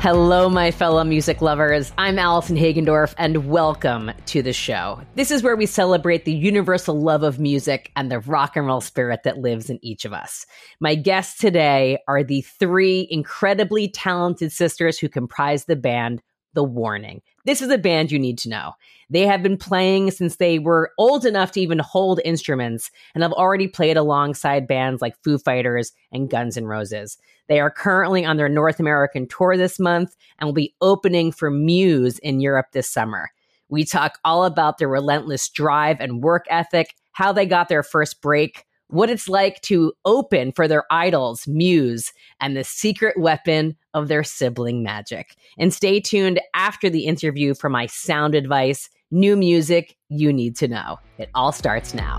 Hello, my fellow music lovers. I'm Allison Hagendorf, and welcome to the show. This is where we celebrate the universal love of music and the rock and roll spirit that lives in each of us. My guests today are the three incredibly talented sisters who comprise the band The Warning. This is a band you need to know. They have been playing since they were old enough to even hold instruments and have already played alongside bands like Foo Fighters and Guns N' Roses. They are currently on their North American tour this month and will be opening for Muse in Europe this summer. We talk all about their relentless drive and work ethic, how they got their first break, what it's like to open for their idols, Muse, and the secret weapon of their sibling magic. And stay tuned after the interview for my sound advice, new music you need to know. It all starts now.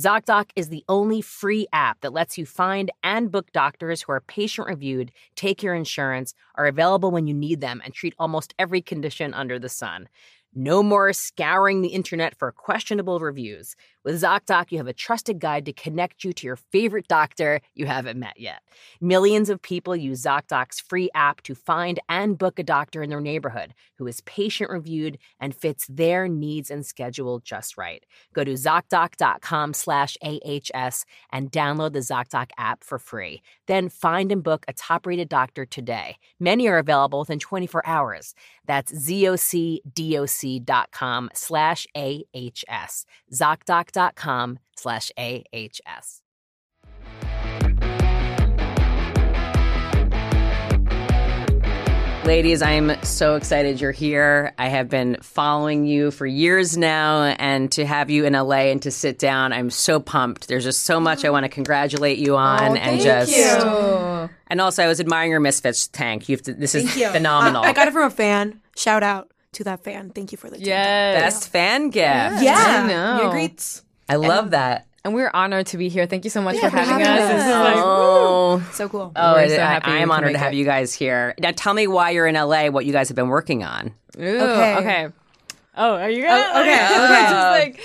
ZocDoc is the only free app that lets you find and book doctors who are patient reviewed, take your insurance, are available when you need them, and treat almost every condition under the sun. No more scouring the internet for questionable reviews. With ZocDoc, you have a trusted guide to connect you to your favorite doctor you haven't met yet. Millions of people use ZocDoc's free app to find and book a doctor in their neighborhood who is patient reviewed and fits their needs and schedule just right. Go to ZocDoc.com slash AHS and download the ZocDoc app for free. Then find and book a top rated doctor today. Many are available within 24 hours. That's ZocDoc.com slash AHS. ZocDoc.com slash AHS. Ladies, I am so excited you're here. I have been following you for years now, and to have you in LA and to sit down, I'm so pumped. There's just so much I want to congratulate you on, and just and also I was admiring your Misfits tank. You've to, this is phenomenal. Uh, I, I got it from a fan. Shout out to that fan. Thank you for the tank. Yes. Best fan gift. Yeah. I know. Your greets. I love that. And we're honored to be here. Thank you so much for for having having us. us. This is like, Oh, So cool. oh We're I- so I- happy I we am can honored make to have it. you guys here. Now, tell me why you're in LA. What you guys have been working on? Ooh, Okay. okay. Oh, are you gonna? Oh, okay, It's just like,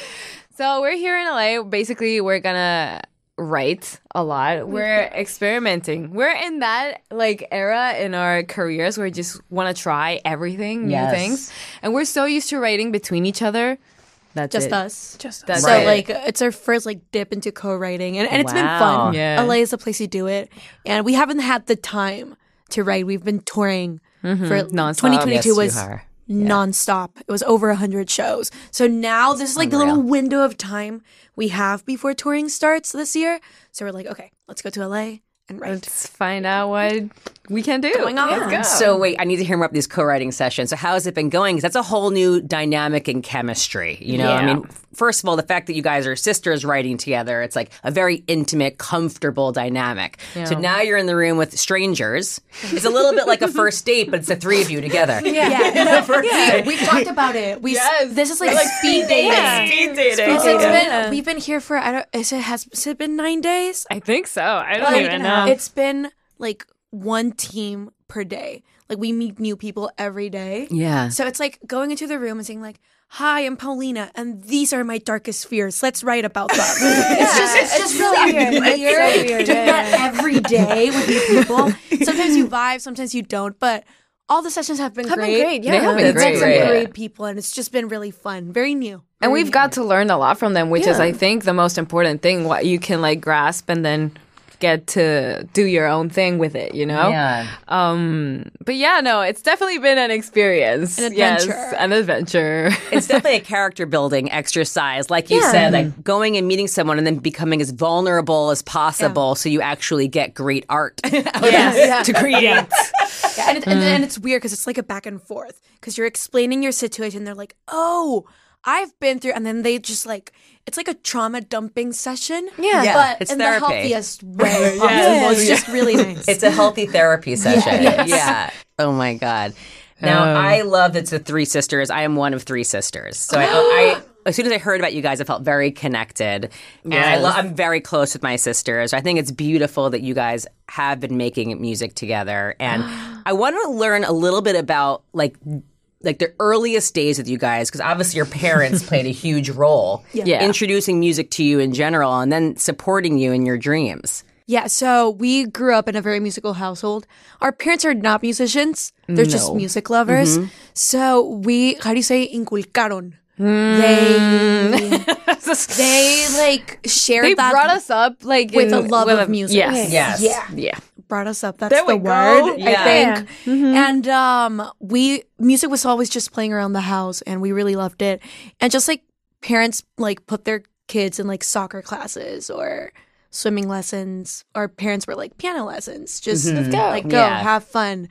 so we're here in LA. Basically, we're gonna write a lot. We're experimenting. We're in that like era in our careers where we just want to try everything, new Yes. things, and we're so used to writing between each other. That's Just it. us. Just us. So Right. like it's our first like dip into co-writing and, and it's been Wow. fun. Yeah. LA is the place you do it. And we haven't had the time to write. We've been touring for Mm-hmm. Nonstop. 2022 Oh, Yes, you was are. nonstop. It was over 100 shows. So now this is like the little window of time we have before touring starts this year. So we're like, okay, let's go to LA and write. Let's find out what we can do. Going on. Let's go. So wait, I need to hear more about these co-writing sessions. So how has it been going? 'Cause that's a whole new dynamic in chemistry. You know, I Yeah. mean, first of all, the fact that you guys are sisters writing together, it's like a very intimate, comfortable dynamic. So now you're in the room with strangers. It's a little bit like a first date, but it's the three of you together. Yeah. The first date. we talked about it. We Yes. this is like, speed dating. Speed dating. It's, it's Yeah. been, we've been here for I don't is it has, has it been nine days? I think so. I don't Like, even know. It's been like one team per day. Like we meet new people every day. Yeah. So it's like going into the room and saying like, "Hi, I'm Paulina, and these are my darkest fears. Let's write about them." it's just it's, just really weird. Like, you're doing that every day with new people. Sometimes you vibe, sometimes you don't, but all the sessions have been great. yeah. They have been We've great. met some Yeah. great people, and it's just been really fun. Very new. and we've got to learn a lot from them which is i think the most important thing what you can like grasp and then get to do your own thing with it you know Yeah. um but yeah no it's definitely been an experience An yes adventure. an adventure it's definitely a character building exercise, like you said, like going and meeting someone and then becoming as vulnerable as possible, so you actually get great art to create. Yeah, Mm. and, it, and, and it's weird because it's like a back and forth because you're explaining your situation. They're like, oh, I've been through, and then they just like it's like a trauma dumping session. Yeah. Yeah, but it's in therapy. the healthiest way possible. It's just really nice. It's a healthy therapy session. Yeah. Oh my god. Now I love that it's the three sisters. I am one of three sisters. So I, I as soon as I heard about you guys, I felt very connected, and I lo- I'm very close with my sisters. I think it's beautiful that you guys have been making music together, and I want to learn a little bit about like like the earliest days with you guys because obviously your parents played a huge role Yeah. introducing music to you in general and then supporting you in your dreams. Yeah, so we grew up in a very musical household. Our parents are not musicians, they're just music lovers. Mm-hmm. So we, how do you say, inculcaron? Mm. They, they like shared They that. brought us up like with in- a love with of music. Yes. Yes. Yeah. Yeah. brought us up. That's the we go. word, Yeah. Mm-hmm. I think. And um, we music was always just playing around the house, and we really loved it. And just like parents, like put their kids in like soccer classes or swimming lessons. Our parents were like piano lessons. Just like go Mm-hmm. Yeah. have fun.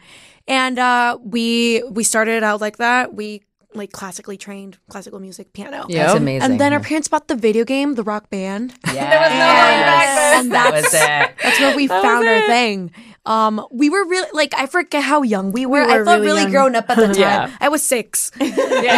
And uh, we we started out like that. We like classically trained classical music piano. Yeah. That's Yep. amazing. And then our parents bought the video game, the Rock Band. There was no going back then. And That was it. That's where we found our thing. Um, we were really like I forget how young we were. I felt really, grown up at the time. I was six. I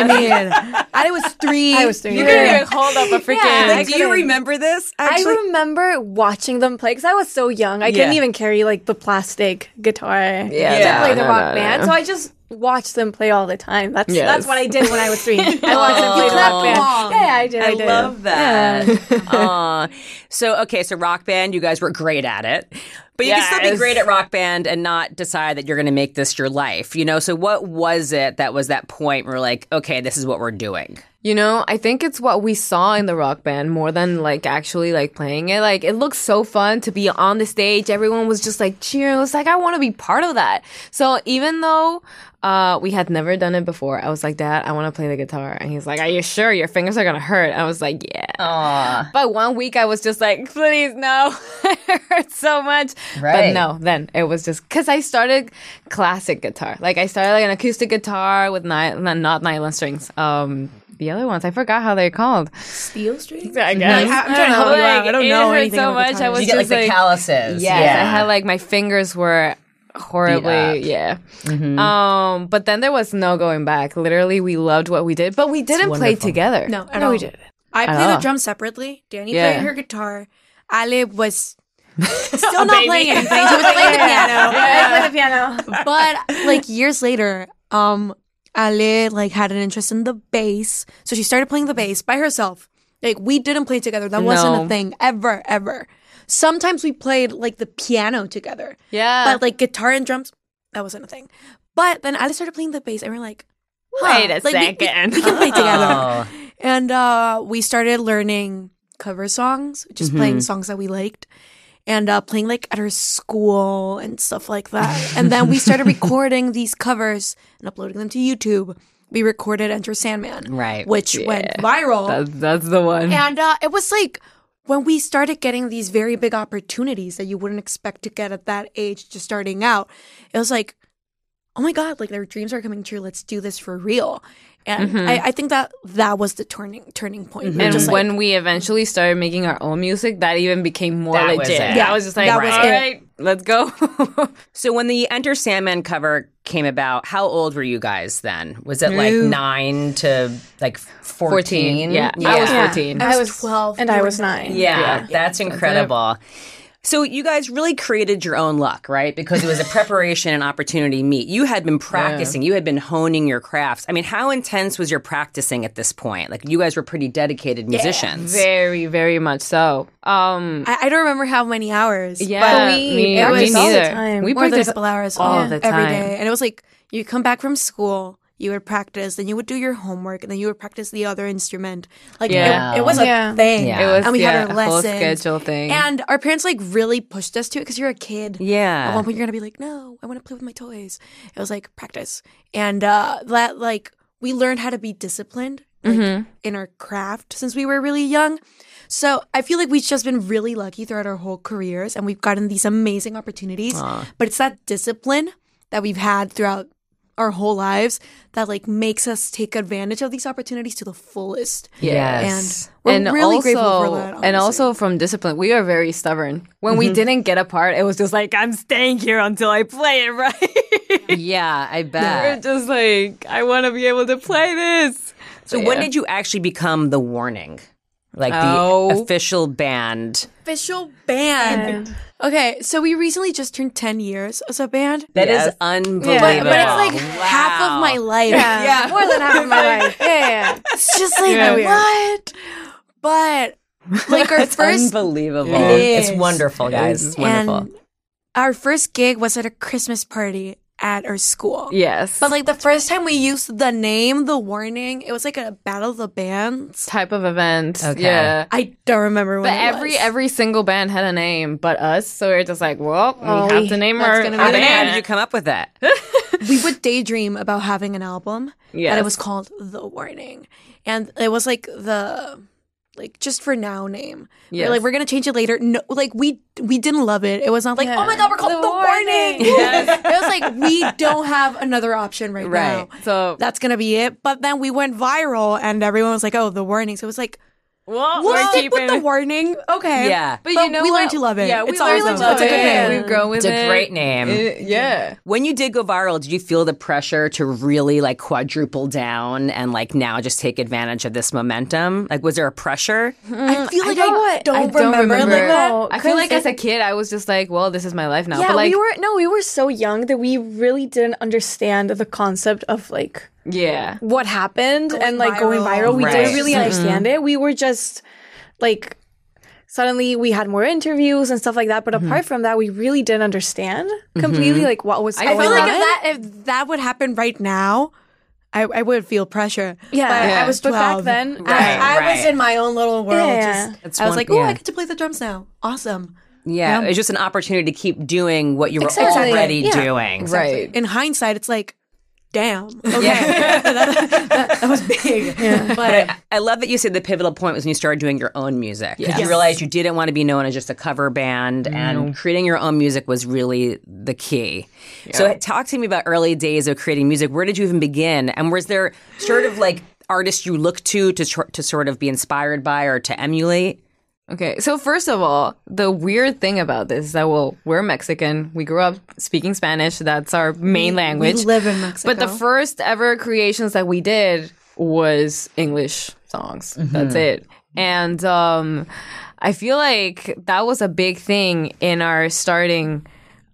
mean, I was three. I was three. You couldn't even hold up a freaking. Like, do you remember this? Actually, I remember watching them play because I was so young. I couldn't Yeah. even carry like the plastic guitar Yeah, to play the no, rock no, band. no. So I just watched them play all the time. That's Yes. that's what I did when I was three. I watched them play the rock band. Yeah, yeah, I did. I, I did. love that. Aw. So, okay, so rock band, you guys were great at it. But you can still be Yes. great at rock band and not decide that you're going to make this your life, you know? So, what was it that was that point where, like, okay, this is what we're doing? You know, I think it's what we saw in the rock band more than like actually like playing it. Like it looked so fun to be on the stage. Everyone was just like cheering. It was like I want to be part of that. So even though uh, we had never done it before, I was like, Dad, I want to play the guitar, and he's like, Are you sure your fingers are gonna hurt? I was like, Yeah. Aw. But one week I was just like, please no, it hurts so much. Right. But no, then it was just because I started classic guitar. Like I started like an acoustic guitar with ni- no, not nylon strings. Um, the other ones I forgot how they're called. Steel string. I guess. I'm trying to help you out. I don't It know hurt anything so about much. I guitars. was You get, like, just the calluses. Yes, yeah. I had like my fingers were horribly Beat yeah um but then there was no going back literally we loved what we did but we didn't play together No, at all. we did. I At played all. the drums separately. Danny Yeah. played her guitar. Ale was still not playing anything. She was playing the piano. I played the piano. but like years later, um, Ale like had an interest in the bass, so she started playing the bass by herself. Like we didn't play together. That wasn't No. a thing ever, ever. Sometimes we played like the piano together, yeah but like guitar and drums, that wasn't a thing. But then Ale started playing the bass, and we are like, huh, Wait a like, we- we- second. we, can play together. Oh. And uh, we started learning cover songs, just playing Mm-hmm. songs that we liked, and uh, playing like at her school and stuff like that. and then we started recording these covers and uploading them to YouTube. We recorded Enter Sandman, Right. which went viral. that's, that's the one and uh, it was like when we started getting these very big opportunities that you wouldn't expect to get at that age, just starting out. It was like, oh my god, like their dreams are coming true. Let's do this for real. And I, I think that that was the turning turning point. Mm-hmm. And Just like- when we eventually started making our own music, that even became more That was legit. it. Yeah, I was just like, That all was it. right, let's go. So, when the Enter Sandman cover came about, how old were you guys then? Was it like nine to like 14? 14. Yeah, I was 14. I was 12, and I was nine. Yeah, that's incredible. So you guys really created your own luck, right? Because it was a preparation and opportunity meet. You had been practicing, you had been honing your crafts. I mean, how intense was your practicing at this point? Like you guys were pretty dedicated musicians. Very, very much so. Um, I, I don't remember how many hours. yeah, we me, me practiced all the neither. time. We but more than a practiced couple hours all yeah, the every time. day, and it was like you come back from school. You would practice, then you would do your homework, and then you would practice the other instrument. Like it- Yeah. it, was Yeah. a thing. Yeah. It was, and we yeah, had our a whole lessons. schedule thing. And our parents like really pushed us to it because you're a kid. At Oh Yeah. one point, you're gonna be like, "No, I want to play with my toys." It was like practice, and uh, that like we learned how to be disciplined like, Mm-hmm. in our craft since we were really young. So I feel like we've just been really lucky throughout our whole careers, and we've gotten these amazing opportunities. But it's that discipline that we've had throughout our whole lives that like makes us take advantage of these opportunities to the fullest. Yes. And we're and really also, grateful for that. and honestly. also from discipline, we are very stubborn. When Mm-hmm. we didn't get a part, it was just like I'm staying here until I play it right. yeah, I bet. We're just like I want to be able to play this. So when did you actually become the warning? Like the Oh. official band. official band. Okay, so we recently just turned 10 years as a band. That is unbelievable. But, but it's like half of my life. Yeah. More than half of my life. Yeah. It's just like, what? But like our first unbelievable. It It's is. wonderful, guys. It's wonderful. and our first gig was at a Christmas party at our school. Yes. But like the first time we used the name, the warning, it was like a battle of the bands. type of event. Okay. Yeah. I don't remember what But it every was. every single band had a name, but us. So we're just like, well, we have to name our How band. the hell did you come up with that? we would daydream about having an album and Yes. it was called the warning and it was like the like just for now name We we're Yes. like we're gonna change it later no like we we didn't love it it was not like oh my god we're called the, warning, it was like we don't have another option right, Right. now So that's gonna be it but then we went viral and everyone was like oh the warning so it was like well, we'll we're stick keeping. with the warning okay Yeah. but, we learned to love it Yeah, it's we awesome learned to love it's a good it. name. We've grown with It's a it. great name. It- yeah. When you did go viral, did you feel the pressure to really like quadruple down and like now just take advantage of this momentum? Like, was there a pressure? Mm. i feel like i, don't, I don't remember, remember. like that Oh, I feel like crazy. as a kid, I was just like, well, this is my life now. Yeah, but like, we were no, we were so young that we really didn't understand the concept of like yeah. what happened and like going viral. We Right. didn't really understand it. We were just like suddenly we had more interviews and stuff like that. But apart from that, we really didn't understand completely like what was feel going I feel on. like if that if that would happen right now, I, I would feel pressure. Yeah. but I Yeah. was But back twelve. then- Right, I, I was right. in my own little world. Yeah. Just, That's I was one- like, oh, yeah. I get to play the drums now. Awesome. Yeah, it's just an opportunity to keep doing what you were Exactly. already Yeah. doing. Right. In hindsight, it's like, damn. Okay, that, that- that was big. But I- I love that you said the pivotal point was when you started doing your own music. Because you realized you didn't want to be known as just a cover band, and creating your own music was really the key. So, talk to me about early days of creating music. Where did you even begin? And was there sort of like artists you look to to, tr- to sort of be inspired by or to emulate? Okay. So first of all, the weird thing about this is that well, we're Mexican. We grew up speaking Spanish. That's our main language. we live in Mexico. But the first ever creations that we did was English songs. Mm-hmm. That's it. And um, I feel like that was a big thing in our starting.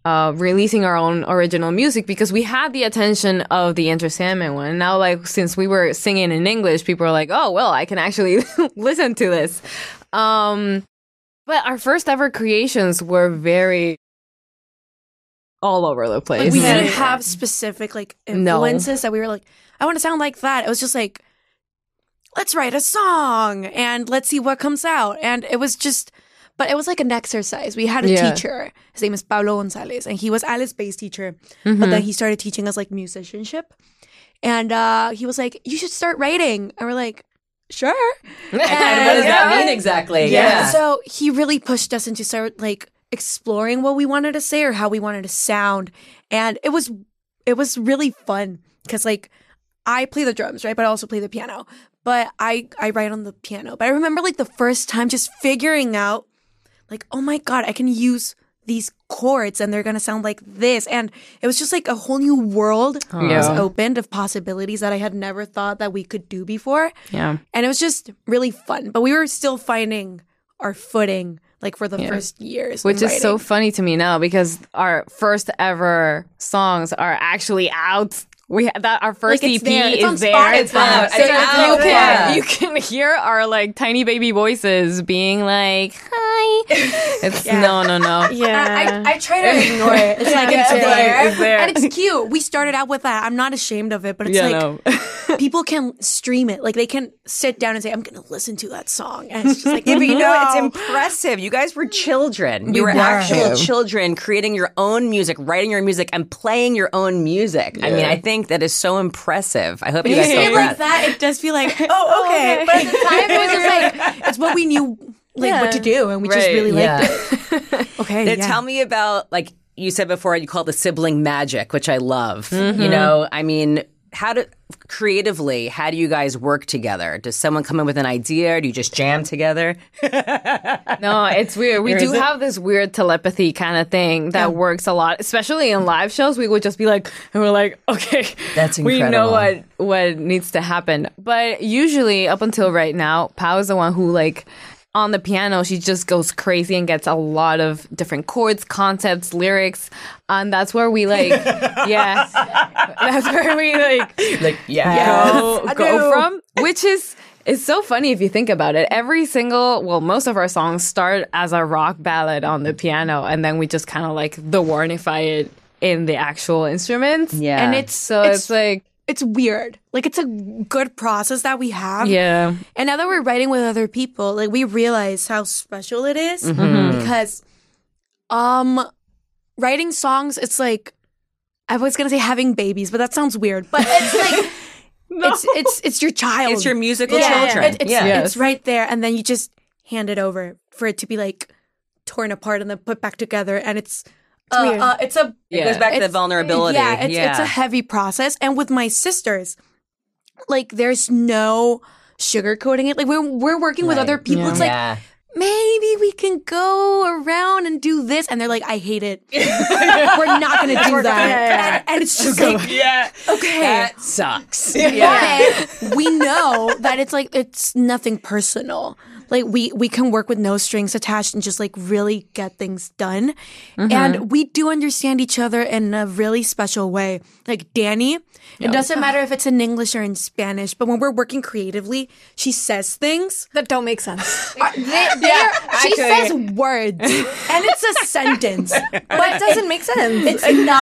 Uh, releasing our own original music because we had the attention of the Enter Sandman one. And now, like, since we were singing in English, people are like, oh, well, I can actually listen to this. Um, but our first ever creations were very all over the place. we didn't have specific like No. influences that we were like, I want to sound like that. It was just like, let's write a song and let's see what comes out. And it was just, but it was like an exercise. We had a Yeah. teacher. His name is Pablo Gonzalez, and he was Alice Bay's teacher. Mm-hmm. But then he started teaching us like musicianship, and uh, he was like, "You should start writing." And we're like, "Sure." And what does that mean exactly? And So he really pushed us into start like exploring what we wanted to say or how we wanted to sound, and it was it was really fun because like I play the drums right, but I also play the piano. But I I write on the piano. But I remember like the first time just figuring out like oh my god I can use these chords and they're gonna sound like this and it was just like a whole new world was Yeah. opened of possibilities that I had never thought that we could do before. Yeah. And it was just really fun. But we were still finding our footing like for the first years. Which in is so writing. funny to me now because our first ever songs are actually out. We that our first Like, EP it's there. It's on is there. Spotify. It's out. So It's you out. can Yeah. you can hear our like tiny baby voices being like hi. It's no no no. yeah. I, I try to ignore it. It's like it's, there. it's there. And it's cute. We started out with that. I'm not ashamed of it, but it's Yeah, like no. people can stream it. Like they can sit down and say, I'm gonna listen to that song. And it's just like Yeah, but you know, it's impressive. You guys were children. You were, actual children creating your own music, writing your music, and playing your own music. I mean, I think that is so impressive. I hope you guys Say feel it like that, it does feel like, oh, okay. But at the time, it was just like, it's what we knew, like, what to do, and we just Right. really Yeah. liked it. Okay. Now, yeah. Tell me about like you said before you call it the sibling magic, which I love. Mm-hmm. You know, I mean, how do creatively, how do you guys work together? Does someone come in with an idea or do you just jam together? No, it's weird. We do have this weird telepathy kind of thing that works a lot, especially in live shows. We would just be like, and we're like, okay, That's We know incredible. what what needs to happen, but usually up until right now, Pau is the one who like on the piano. She just goes crazy and gets a lot of different chords, concepts, lyrics, and that's where we like, yeah, that's where we like Like, yeah. go, go from, which is it's so funny if you think about it. Every single, well, most of our songs start as a rock ballad on the piano, and then we just kind of like the warnify it in the actual instruments. Yeah. and it's so it's, like It's weird. Like it's a good process that we have. yeah, And now that we're writing with other people, like we realize how special it is because um writing songs, it's like I was gonna say having babies, but that sounds weird. But it's like it's it's it's your child. It's your musical Yeah. children. It- it's, yeah. it's right there, and then you just hand it over for it to be like torn apart and then put back together, and it's it's, weird. Uh, it's a It goes back to the vulnerability. yeah, it's, it's a heavy process. And with my sisters, like there's no sugarcoating it. Like we're we're working with other people. It's like Yeah. maybe we can go around and do this, and they're like, I hate it. we're not gonna do that. And, and it's just like, yeah. okay. That sucks. But we know that it's like it's nothing personal. Like we we can work with no strings attached and just like really get things done. And we do understand each other in a really special way. Like Danny, it doesn't matter if it's in English or in Spanish, but when we're working creatively, she says things. That don't make sense. They, yeah, she says words, and it's a sentence, but it doesn't make sense. It's not.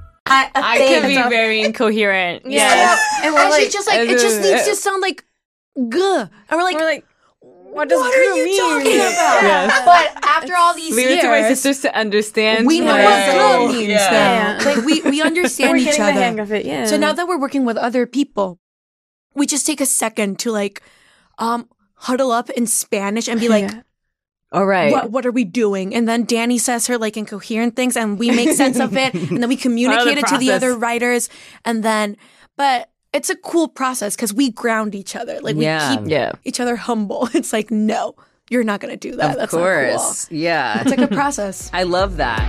I can be very incoherent. Yeah, And, she's just like it just needs to sound like "guh," and we're like, We're like, what does What are you talking about? But after all these leave it to my years, sisters to understand. we know my- what good means Yeah. now. Like we, we understand We're each getting the hang other. of it. Yeah. So now that we're working with other people, we just take a second to like um huddle up in Spanish and be like, All right. what what are we doing? And then Danny says her like incoherent things and we make sense of it and then we communicate it to the process. other writers and then but it's a cool process because we ground each other. Like we Yeah. keep Yeah. each other humble. It's like, no, you're not gonna do that. Of That's not cool. course. Yeah. It's like a process. I love that.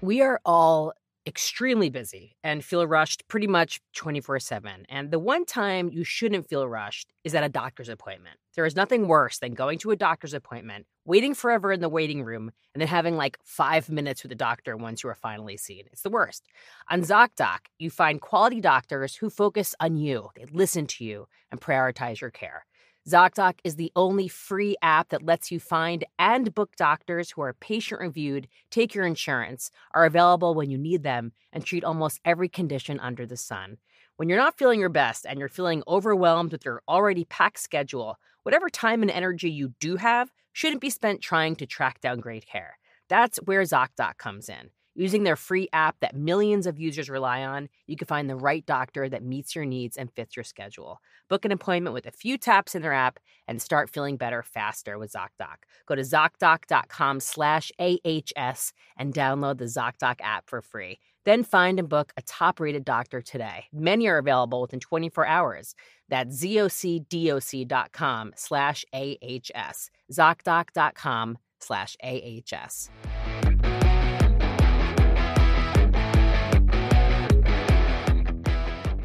We are all extremely busy and feel rushed pretty much 24 7. And the one time you shouldn't feel rushed is at a doctor's appointment. There is nothing worse than going to a doctor's appointment, waiting forever in the waiting room, and then having like five minutes with the doctor once you are finally seen. It's the worst. On ZocDoc, you find quality doctors who focus on you, they listen to you, and prioritize your care. ZocDoc is the only free app that lets you find and book doctors who are patient reviewed, take your insurance, are available when you need them, and treat almost every condition under the sun. When you're not feeling your best and you're feeling overwhelmed with your already packed schedule, whatever time and energy you do have shouldn't be spent trying to track down great care. That's where ZocDoc comes in. Using their free app that millions of users rely on, you can find the right doctor that meets your needs and fits your schedule. Book an appointment with a few taps in their app and start feeling better faster with ZocDoc. Go to ZocDoc.com slash AHS and download the ZocDoc app for free. Then find and book a top-rated doctor today. Many are available within 24 hours. That's ZocDoc.com slash AHS. ZocDoc.com slash AHS.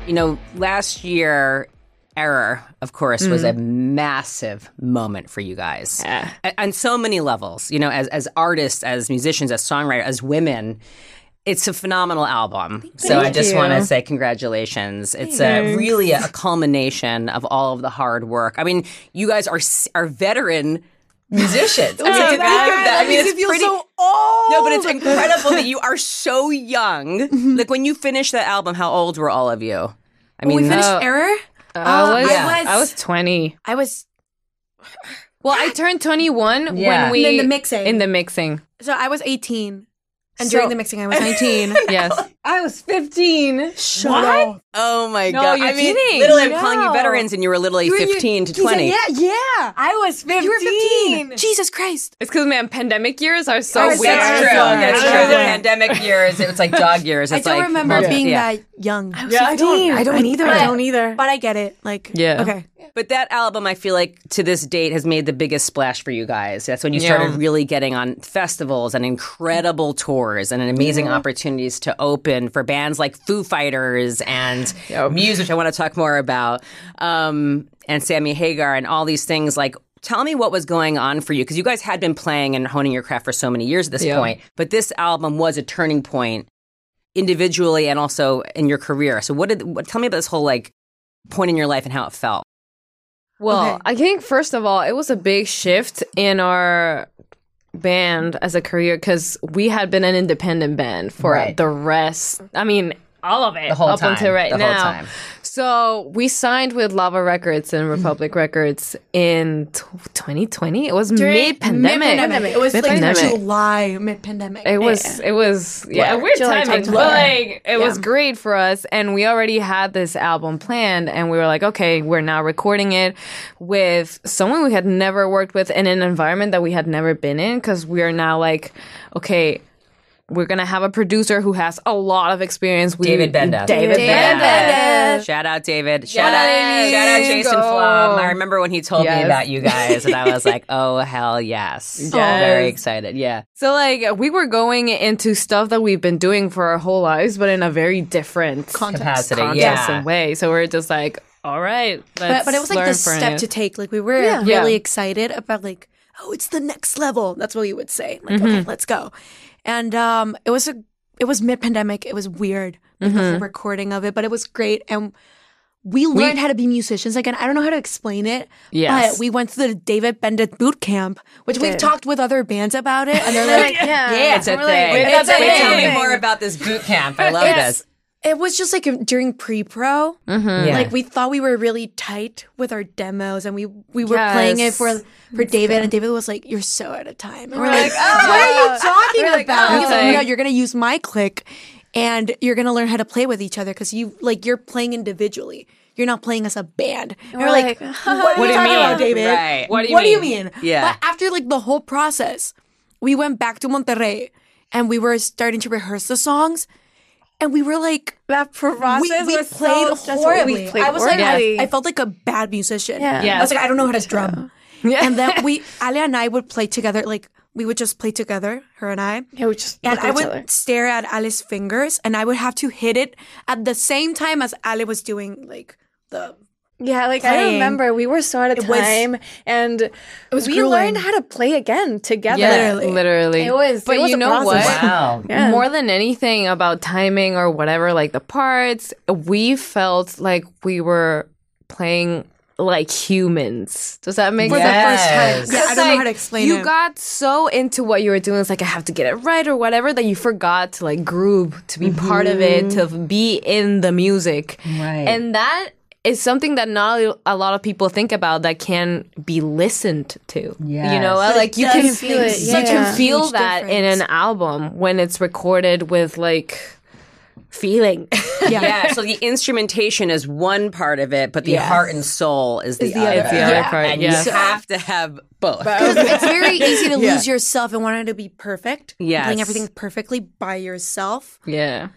You know, last year, Error, of course, was a massive moment for you guys A- on so many levels. You know, as, as artists, as musicians, as songwriters, as women, it's a phenomenal album. so I just want to say congratulations. It's a, really a culmination of all of the hard work. I mean, you guys are s- are veteran musicians. I mean, to think of that, I mean, it's pretty. No, but it's incredible that you are so young. like when you finished that album, how old were all of you? I mean, we finished no. Error. Um, Uh, I, was, yeah. I was 20. I was Well, I turned 21 Yeah. when we in the mixing. in the mixing. so I was 18, and during the mixing I was 19. Yes. I was 15. what? Oh my No, god! you're I mean, kidding. literally, I'm calling you No. veterans, and you were literally 15 to 20. yeah. I was 15. You were 15. Jesus Christ. It's because, man, pandemic years are so Are weird. so That's Oh, That's true. true. That's Yeah. true. The pandemic years, it was like dog years. I It's don't like, remember yeah. being Yeah. that young. I was I don't. I don't either. I don't either. But I get it. Like, Yeah. Okay. But that album, I feel like to this date has made the biggest splash for you guys. That's when you started really getting on festivals and incredible tours and amazing opportunities to open for bands like Foo Fighters and Muse, which I want to talk more about, um, and Sammy Hagar and all these things. Like, tell me what was going on for you because you guys had been playing and honing your craft for so many years at this point. But this album was a turning point individually and also in your career. So, what did? What, tell me about this whole like point in your life and how it felt. Well, Okay. I think first of all, it was a big shift in our band as a career because we had been an independent band for Right. the rest. I mean, all of it The whole up time. until right The whole now. time. So we signed with Lava Records and Republic Records in t- 2020. It was mid pandemic. It was like Mid-pandemic. July mid pandemic. It was it was yeah, Blur. weird July timing, but 2020. like it was great for us, and we already had this album planned, and we were like, okay, we're now recording it with someone we had never worked with in an environment that we had never been in, because we are now like, okay. We're gonna have a producer who has a lot of experience. We, David Benda. David, David Benda. Shout out David. Shout Yes. out shout out Jason Go. Flom. I remember when he told me Yes. about you guys and I was like, "Oh hell yes." Very excited. Yeah. So like we were going into stuff that we've been doing for our whole lives, but in a very different Capacity. context Yeah. and way. So we're just like, all right, But, let's but it was like learn the from step it. to take. Like we were Yeah. really excited about like, oh, it's the next level. That's what you would say. Like, okay, Mm-hmm. let's go. And um, it was a it was mid pandemic. It was weird, like the whole Mm-hmm. recording of it, but it was great. And we learned how to be musicians again. I don't know how to explain it. Yes. But we went to the David Bendit boot camp, which we've taled with other bands about it, and they're like, yeah, It's a thing. wait, that's Wait, a tell me thing. more about this boot camp. I love It's- this. It was just like during pre-pro, Yeah. like we thought we were really tight with our demos, and we we were Yes. playing it for for David, and David was like, "You're so out of time." And we're like, "What are you talking about?" And he's like, okay. "No, you're gonna use my click, and you're gonna learn how to play with each other because you like you're playing individually. You're not playing as a band." And, we're like, "What, are you talking about, David? Right. What do you mean? Yeah. But after like the whole process, we went back to Monterrey, and we were starting to rehearse the songs, and we were like. that process We, we was played so stressful. horribly. We played I was horribly. like, I, I felt like a bad musician. Yeah. I was like, I don't know how to drum. Yeah. And then we, Ali and I would play together. Like we would just play together, her and I. yeah, we just And looked I at each would other. stare at Ali's fingers, and I would have to hit it at the same time as Ali was doing like the. Yeah, like I playing. remember we were so out of It was- time, and was we grueling. learned how to play again together. literally. literally. It was- But it was you a know process. what? Wow. Yeah. More than anything about timing or whatever, like the parts, we felt like we were playing like humans. Does that make sense? Yes. Yeah, I It's don't know like how to explain You it. got so into what you were doing. It's like I have to get it right or whatever that you forgot to like groove, to be part of it, to Mm-hmm. be in the music. Right. And that is something that not a lot of people think about that can be listened to. Yeah. You know, uh, like you can does feel it, You yeah. can feel Huge that in difference. an album when it's recorded with like feeling. Yeah. So the instrumentation is one part of it, but the heart and soul is the, other. It's the other part, And yes. you have to have both. it's very easy to lose yourself and wanting to be perfect. Yes. Playing everything perfectly by yourself. yeah.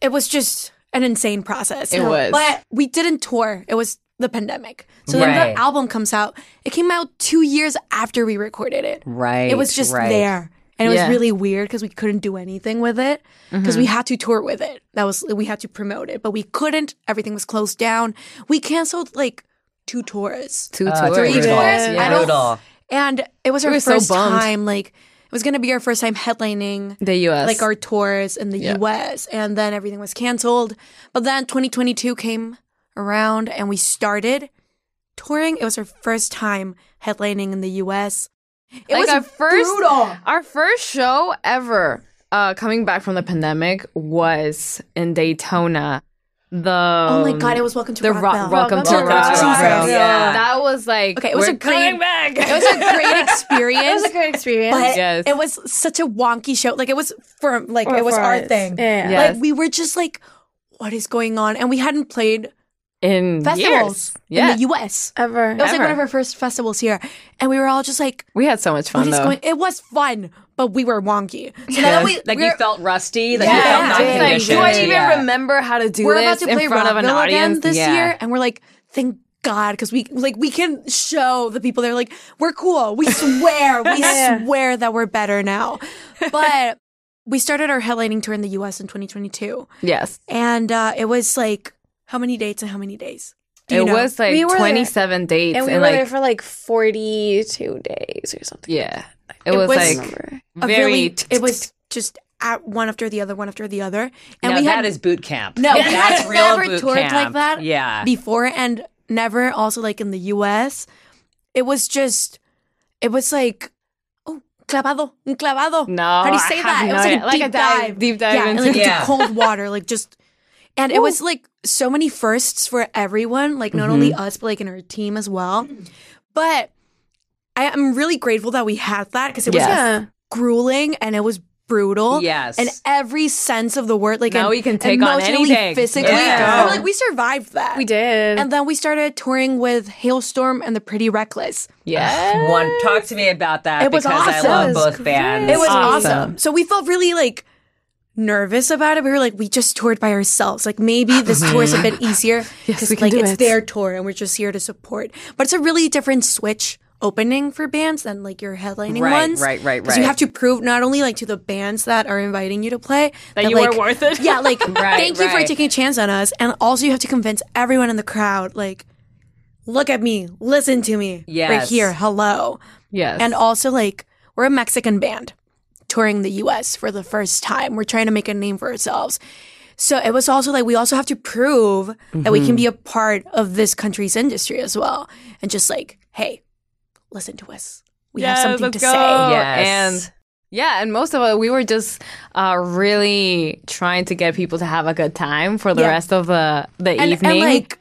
it was just an insane process. It was. But we didn't tour. It was the pandemic. So Right. then the album comes out. It came out two years after we recorded it. Right. It was just right. there. And it Yeah. was really weird because we couldn't do anything with it because we had to tour with it. That was we had to promote it, but we couldn't. Everything was closed down. We canceled like two tours. Two Oh, it's tours. Three brutal. tours. It's Uh, I don't- Brutal. And it was our were so first bummed. time. Like it was gonna be our first time headlining The US. like our tours in the US and then everything was canceled. But then 2022 came around and we started touring. It was our first time headlining in the US. It like was our first brutal. our first show ever uh coming back from the pandemic was in Daytona. The um, Oh my god! It was welcome to the Rock, rock, welcome to Welcome to rock, Rock Bell. Yeah. Yeah. That was like Okay, it was we're a great- coming back. It was a great experience. It was a great experience. But Yes. it was such a wonky show. Like it was for like Or it was for our us. thing. Yeah. Yes. Like we were just like, what is going on? And we hadn't played in years. festivals Yeah. in the U.S. Ever. It was like one Ever. of our first festivals here, and we were all just like, we had so much what fun is though. going? It was fun, but we were wonky. So now Yeah. that we like you we're- felt rusty. Like Yeah. you Yeah. felt not It's like, conditioned. do I even Yeah. remember how to do we're this about to in play front of an Rockville audience again this Yeah. year, and we're like, thank God, because we like we can show the people they're like, we're cool. We swear, we Yeah. swear that we're better now. But we started our headlining tour in the U.S. in 2022, Yes, and uh, it was like how many dates and how many days? Do you it know? was like We were there. 27 dates and we were like there for like 42 days or something. yeah, It it, was, was- like a very. really- it was just at one after the other, one after the other, and now we had that is boot camp. No, we that's had real never boot toured camp. like that. Yeah. before and never also like in the US. It was just it was like oh clavado, un clavado. No, How do you say I that? have It was no like a idea. deep Like a dive- dive. deep dive Yeah, and, into- like into Yeah. cold water, like just and it was like so many firsts for everyone, like not only Mm-hmm. us, but like in our team as well. But I am really grateful that we had that because it was uh, Yeah. grueling and it was brutal. Yes. And every sense of the word, like Now em- we can take on emotionally, anything. physically. Yeah. And, like we survived that. We did. And then we started touring with Hailstorm and the Pretty Reckless. yeah. One, talk to me about that It was because I awesome. love It was both great. bands. Ah, It was Awesome. awesome. So we felt really like nervous about it. We were like, we just toured by ourselves. Like maybe this tour is a bit easier because we can like do it's it. their tour and we're just here to support. But it's a really different switch opening for bands than like your headlining Right, ones. right, right, Because you right. have to prove not only like to the bands that are inviting you to play that, you are like, worth it. Yeah, like thank you for right. taking a chance on us, and also you have to convince everyone in the crowd like. Look at me, listen to me. Yes. We're here. Hello. Yes. And also, like, we're a Mexican band touring the US for the first time. We're trying to make a name for ourselves. So it was also like, we also have to prove that we can be a Mm-hmm. part of this country's industry as well. And just like, hey, listen to us. We have Yes, something let's to go. say. Yes. Oh, And yeah, and most of it, we were just uh, really trying to get people to have a good time for the Yeah. rest of the, the And, evening. and like,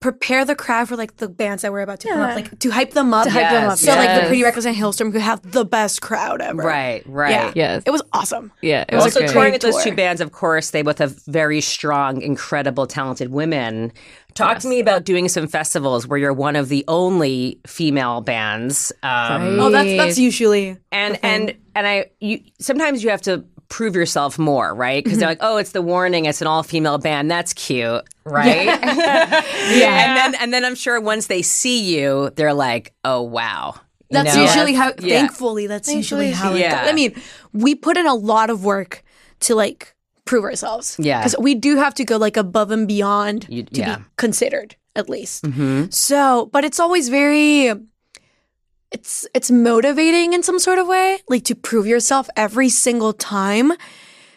prepare the crowd for like the bands that we're about to come up, like to hype them up. To hype them up, So, like, yes. the Pretty Reckless and Hailstorm could have the best crowd ever. right, right. Yeah. yes. It was awesome. yeah. It was also great. touring with those tour. two bands, of course, they both have very strong, incredible, talented women. Talk to me about doing some festivals where you're one of the only female bands. Um, Oh, that's that's usually and and and I you sometimes you have to prove yourself more, right? Because they're Mm-hmm. like, oh, it's the warning, it's an all female band, that's cute, right? Yeah. And then and then I'm sure once they see you, they're like, oh wow. You That's know? usually how. Yeah. Thankfully, that's usually how. It yeah. goes. I mean, we put in a lot of work to like prove ourselves. Yeah. because we do have to go like above and beyond You- to yeah. Mm-hmm. be considered at least. So, but it's always very. It's it's motivating in some sort of way, like to prove yourself every single time,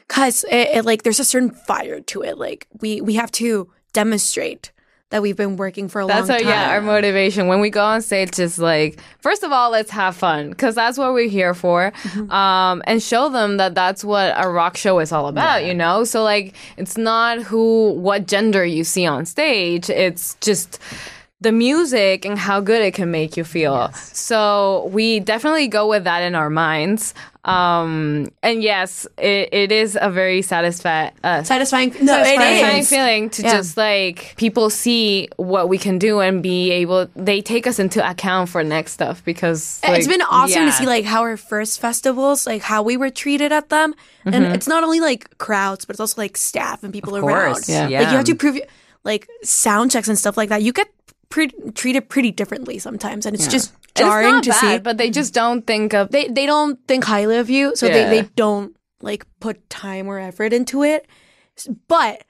because it, it like there's a certain fire to it. Like we we have to demonstrate that we've been working for a That's long our, time. yeah, our motivation. When we go on stage, just like, first of all, let's have fun because that's what we're here for. Mm-hmm. Um, and show them that that's what a rock show is all about, you know? So, like, it's not who, what gender you see on stage, it's just the music and how good it can make you feel. So, we definitely go with that in our minds. Um, and yes, it, it is a very satisfa- uh, satisfying. No, satisfying it is. feeling to just like people see what we can do and be able they take us into account for next stuff because Eh, it's like, been awesome yeah. to see like how our first festivals, like how we were treated at them, and it's not only like crowds, but it's also like staff and people around. course, yeah. like you have Yeah. to prove like sound checks and stuff like that. You get pre- treated pretty differently sometimes, and it's just And jarring it's not to bad, see. but they just don't think of they they don't think highly of you, so Yeah. they they don't like put time or effort into it. S- But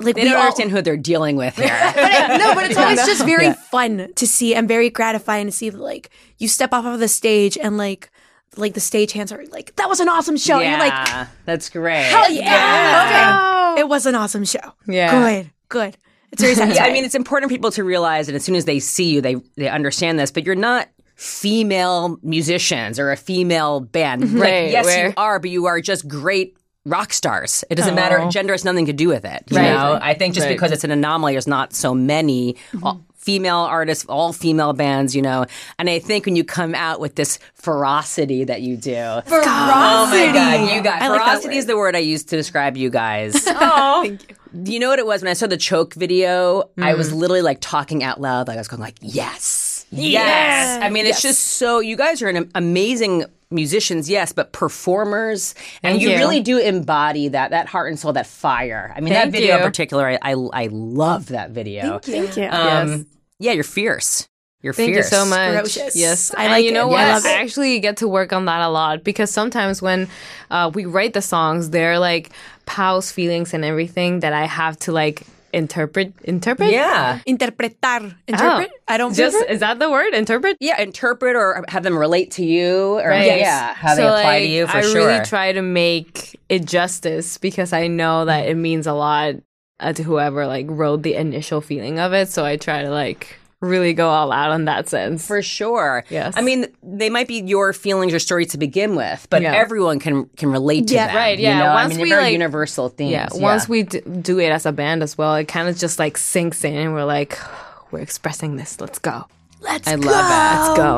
like They we don't all- understand who they're dealing with here. but it, no, but it's always just very fun to see and very gratifying to see that like you step off of the stage and like like the stage hands are like that was an awesome show. And you're like, Yeah, that's great. hell yeah, okay. it was an awesome show. Yeah. good, good. It's very Yeah, I satisfying. mean, it's important for people to realize, and as soon as they see you, they they understand this. But you're not female musicians or a female band. Right, Like, yes, where- you are, but you are just great rock stars. It doesn't matter. Gender has nothing to do with it. You Right. Mm-hmm. know? I think just because it's an anomaly, there's not so many. all- Female artists, all female bands, you know. And I think when you come out with this ferocity that you do, ferocity, oh my god, you guys, ferocity is the word I use to describe you guys. You know what it was when I saw the choke video? I Mm. was literally like talking out loud. Like I was going like, yes, yes. I mean, it's just so you guys are an amazing musicians, yes, but performers, and you, you. really do embody that that heart and soul, that fire. I mean, Thank that video you. in particular, I, I I love that video. Thank Thank you. Um, Yeah, you're fierce. You're Thank fierce. you so much. Ferocious. Yes, I I like like. You know it. what? I I, love it. actually get to work on that a lot because sometimes when uh, we write the songs, they're like Powell's feelings and everything that I have to like interpret. Interpret. Yeah. Interpretar. Interpret? I don't Oh. Just interpret? is that the word? Interpret. Yeah, interpret or have them relate to you, or Right. yeah, how they So, apply to like, you for I sure. really try to make it justice because I know that it means a lot uh, to whoever like wrote the initial feeling of it. So I try to like really go all out on that sense. For sure. Yes. I mean, they might be your feelings or story to begin with, but Yeah. everyone can can relate to Yeah. them. Right, you yeah. know? I Once mean, we, they're very like- universal themes. yeah, once we d- do it as a band as well, it kind of just like sinks in and we're like, we're expressing this. Let's go. Let's I love it. Let's go.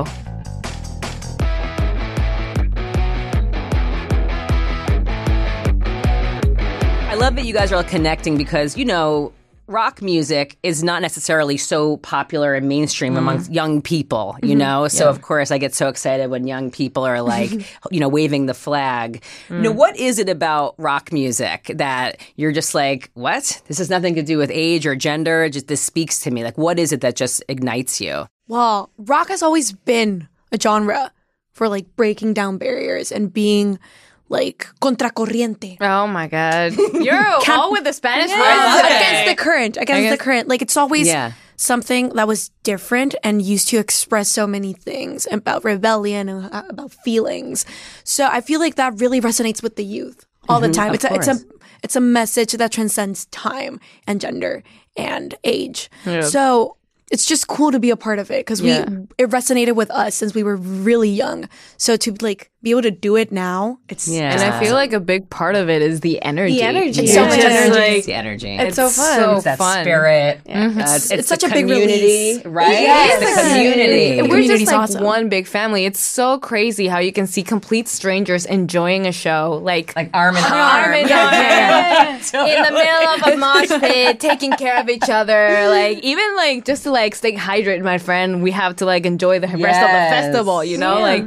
I love that you guys are all connecting because you know rock music is not necessarily so popular and mainstream amongst young people. You know, so of course I get so excited when young people are like, you know, waving the flag. You know, what is it about rock music that you're just like, what? This has nothing to do with age or gender. It Just this speaks to me. Like, what is it that just ignites you? Well, rock has always been a genre for like breaking down barriers and being like contracorriente. Oh my God. You're all with the Spanish Against words. the current, against the current. Like it's always Yeah. something that was different and used to express so many things about rebellion and uh, about feelings. So I feel like that really resonates with the youth all the time. It's a, it's a it's a message that transcends time and gender and age. So it's just cool to be a part of it because we it resonated with us since we were really young. So to like be able to do it now, it's Yeah. And I feel like a big part of it is the energy. The energy. so much Just, energy. like, the energy. It's so fun. so It's that fun. spirit. Uh, it's, the it's such a big release. right? Yes. It's the community. We're The just community's like awesome. one big family. It's so crazy how you can see complete strangers enjoying a show, like like arm in arm in arm in the middle of a mosh pit, taking care of each other. Like even like just to like stay hydrated, my friend. We have to like enjoy the rest of Yes. the festival. You know, like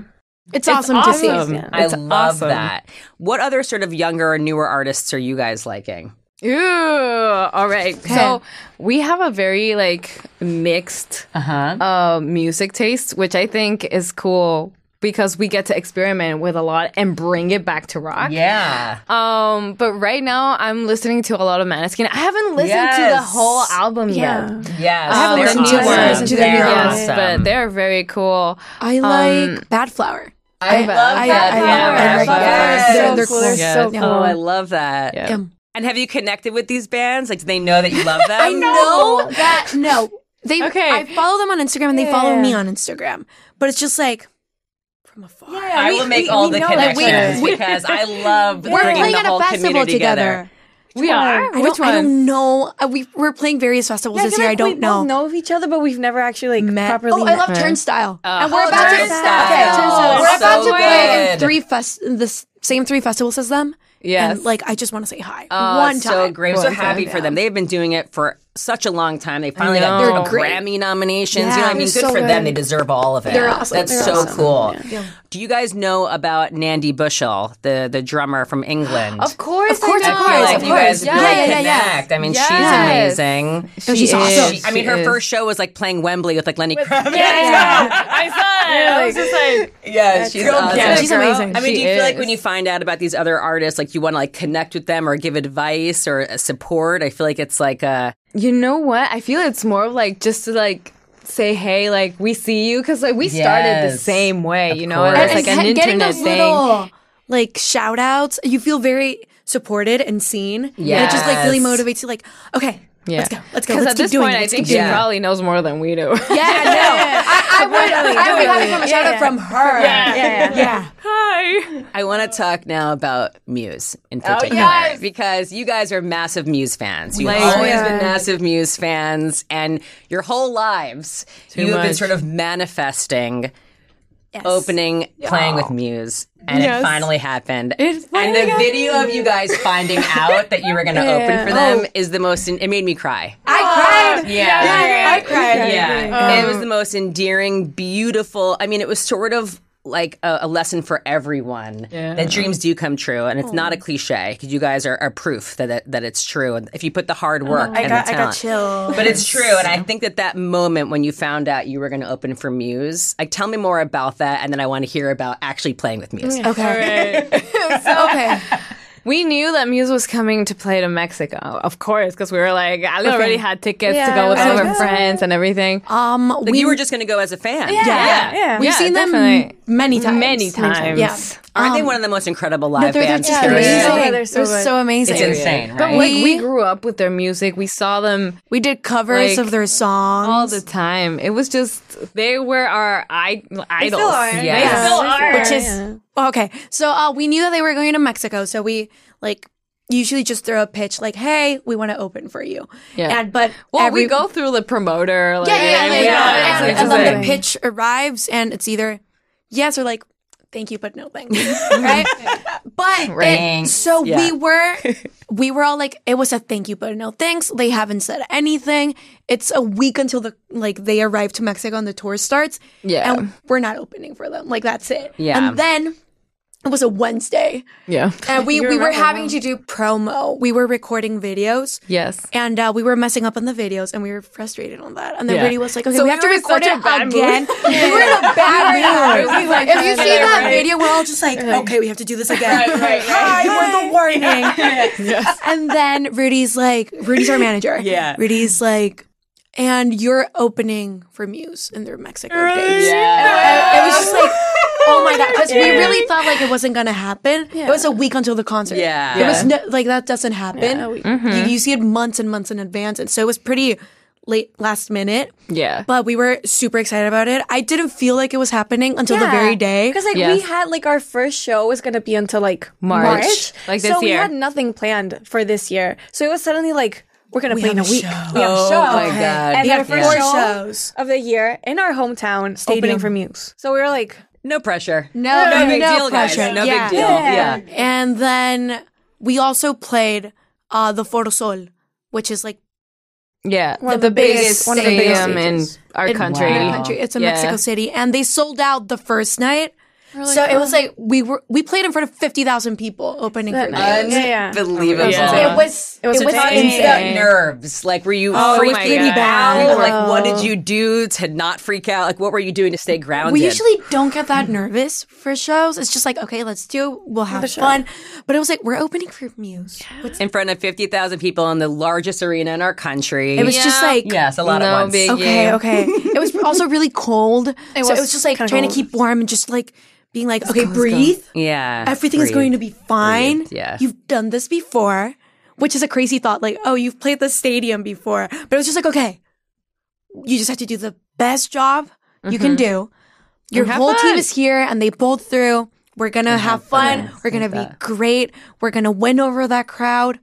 it's, awesome, to see. I It's love awesome. that. What other sort of younger or newer artists are you guys liking? Ooh, all right. So we have a very like mixed Uh-huh. uh, music taste, which I think is cool because we get to experiment with a lot and bring it back to rock. Yeah. Um, but right now I'm listening to a lot of Maneskin. I haven't listened to the Yes. whole album yet. Yes. Um, they're listened to it. I haven't listened to They're it either. Yes, awesome. but they're very cool. I Um, like Bad Flower. I love I- that. I- I- I Yes. love that. Yes. They're cool. They're so Yes. cool. Oh, I love that. Yeah. Um, And have you connected with these bands? Like, do they know that you love them? I know that no. They Okay. I follow them on Instagram and they follow me on Instagram. But it's just like from afar. I will make all the that we- connections because I love We're bringing playing the at whole a festival community together. We are. I don't, I don't know. Uh, We we're playing various festivals this year. I don't we know. both know of each other, but we've never actually like Met- properly oh, I met. love Turnstile. and oh, we're about to Turnstile. Okay, Oh, We're about so to play in good. three fest the s- same three festivals as them. Yes. And like I just want to say hi. Oh, One it's time. So great. I'm so One happy time. for them. They've been doing it for such a long time. They finally know. got They're their great. Grammy nominations. Yeah, you know what I they're mean? Good so for good. them. They deserve all of it. They're awesome. That's They're so awesome. cool. Do you guys know about Nandy Bushell, the, the drummer from England? Of course, Of course, I of know. I feel course, like of you guys course. Yeah, really yeah, yeah, yeah. connect. I mean, Yes. she's amazing. No, she's She awesome. is. I mean, her She is. first show was like playing Wembley with like Lenny Kravitz. I saw it. I was just like, Yeah, she's awesome. get it, She's amazing. I mean, She do you feel like when is. you find out about these other artists, like you want to like connect with them or give advice or uh, support? I feel like it's like a you know what? I feel it's more of like just to like say, hey, like we see you because like we started the Yes. same way. you know, course. it's like an get- getting internet those thing. little like shout outs. You feel very supported and seen. Yeah. It just like really Yes. motivates you like, okay, let's go. Let's go. Because Let's at keep this doing point, it. I Let's think keep she doing it. probably knows more than we do. Yeah, I know. I, I would, I would have it from Jenna from her. Yeah. yeah, yeah. I want to talk now about Muse in Oh, particular because you guys are massive Muse fans. You've always been massive Muse fans, and your whole lives you've been sort of manifesting. Opening, playing with Muse, and it finally happened. and the video of you guys finding out that you were going to open for them is the most. It made me cry. I cried. Yeah. I Um, cried. Yeah, it was the most endearing, beautiful. I mean, it was sort of like a, a lesson for everyone that dreams do come true, and it's not a cliche because you guys are, are proof that, that that it's true. And if you put the hard work, and I got, the Oh I got talent. chills. But it's true, and I think that that moment when you found out you were going to open for Muse, like tell me more about that, and then I want to hear about actually playing with Muse. okay. We knew that Muse was coming to play to Mexico, of course, because we were like, I already had tickets to go with all of our friends and everything. Um, Like we you were just going to go as a fan. Yeah, we've Yeah, seen them definitely. many times. Many times. Yeah. aren't they one of the most incredible live Um, They're, bands? just there is? Oh, amazing. Yeah, they're so They're good. so amazing. It's insane, But right? Oh, like We- we grew up with their music. We saw them We did covers Like, of their songs. all the time. It was just they were our I- idols. are. Yeah. Yeah. They still are. which is okay. So uh, we knew that they were going to Mexico, so we like usually just throw a pitch like, "Hey, we want to open for you." Yeah. And but well, every- we go through the promoter. Like, Yeah, yeah, and yeah. we yeah. go- And, it's just then like- the pitch arrives, and it's either yes or like, "Thank you, but no thanks." right. But it- Thanks. so we Yeah. were, we were all like, it was a thank you, but no thanks. They haven't said anything. It's a week until the like they arrive to Mexico and the tour starts. Yeah. and we're not opening for them. Like that's it. Yeah. and then it was a Wednesday, yeah. and we we were having to do promo. We were recording videos. Yes. And uh, we were messing up on the videos, and we were frustrated on that. And then Yeah. Rudy was like, "Okay, So we we have to were in record such a it bad mood. again." we were in a bad mood. if you see that video, we're all just like, "Okay, we have to do this again." Hi, we're the warning. And then Rudy's like, Rudy's our manager. Yeah. Rudy's like, and you're opening for Muse in their Mexico dates. Yeah. It was just like, oh my god, because we really thought like it wasn't gonna happen. It was a week until the concert. Yeah. there was no like that doesn't happen. You, Mm-hmm. you see it months and months in advance, and so it was pretty late last minute. Yeah. But we were super excited about it. I didn't feel like it was happening until the very day. Because like we Yes. had like our first show was gonna be until like March. March, Like so this we year. had nothing planned for this year. So it was suddenly like we're gonna play in have a a week. show. We have a show. Oh my god. And We our have first four show shows. of the year in our hometown, opening for Muse. So we were like, No pressure. No, no no, big no deal, guys. pressure. No Yeah. big deal. Yeah. And then we also played uh, the Foro Sol, which is like Yeah. One of the, the biggest- biggest, one of the biggest stadium in stages. our country. our country. It's in Yeah. Mexico City, and they sold out the first night. so it was like "Oh." we were we played in front of fifty thousand people opening for night. yeah, yeah. Unbelievable. Yeah. It was it was, So talk to me about nerves. Like, were you Oh my freaking God. out? Like, what did you do to not freak out? Like, what were you doing to stay grounded? we usually don't get that nervous for shows. It's just like okay, let's do. it. We'll have fun. But it was like we're opening for Muse. What's- in front of fifty thousand people in the largest arena in our country. It was just like yes, a lot No at once. big- okay, Yeah. okay. It was also really cold. It so it was just like trying to keep warm and just like being like okay, breathe. Yeah, everything is going to be fine. Breathe, yeah. You've done this before, which is a crazy thought. Like, oh, you've played the stadium before. But it was just like, okay, you just have to do the best job you can Mm-hmm. do. Your have whole fun. team is here and they pulled through. We're going to have fun. We're going to be great. We're going to win over that crowd.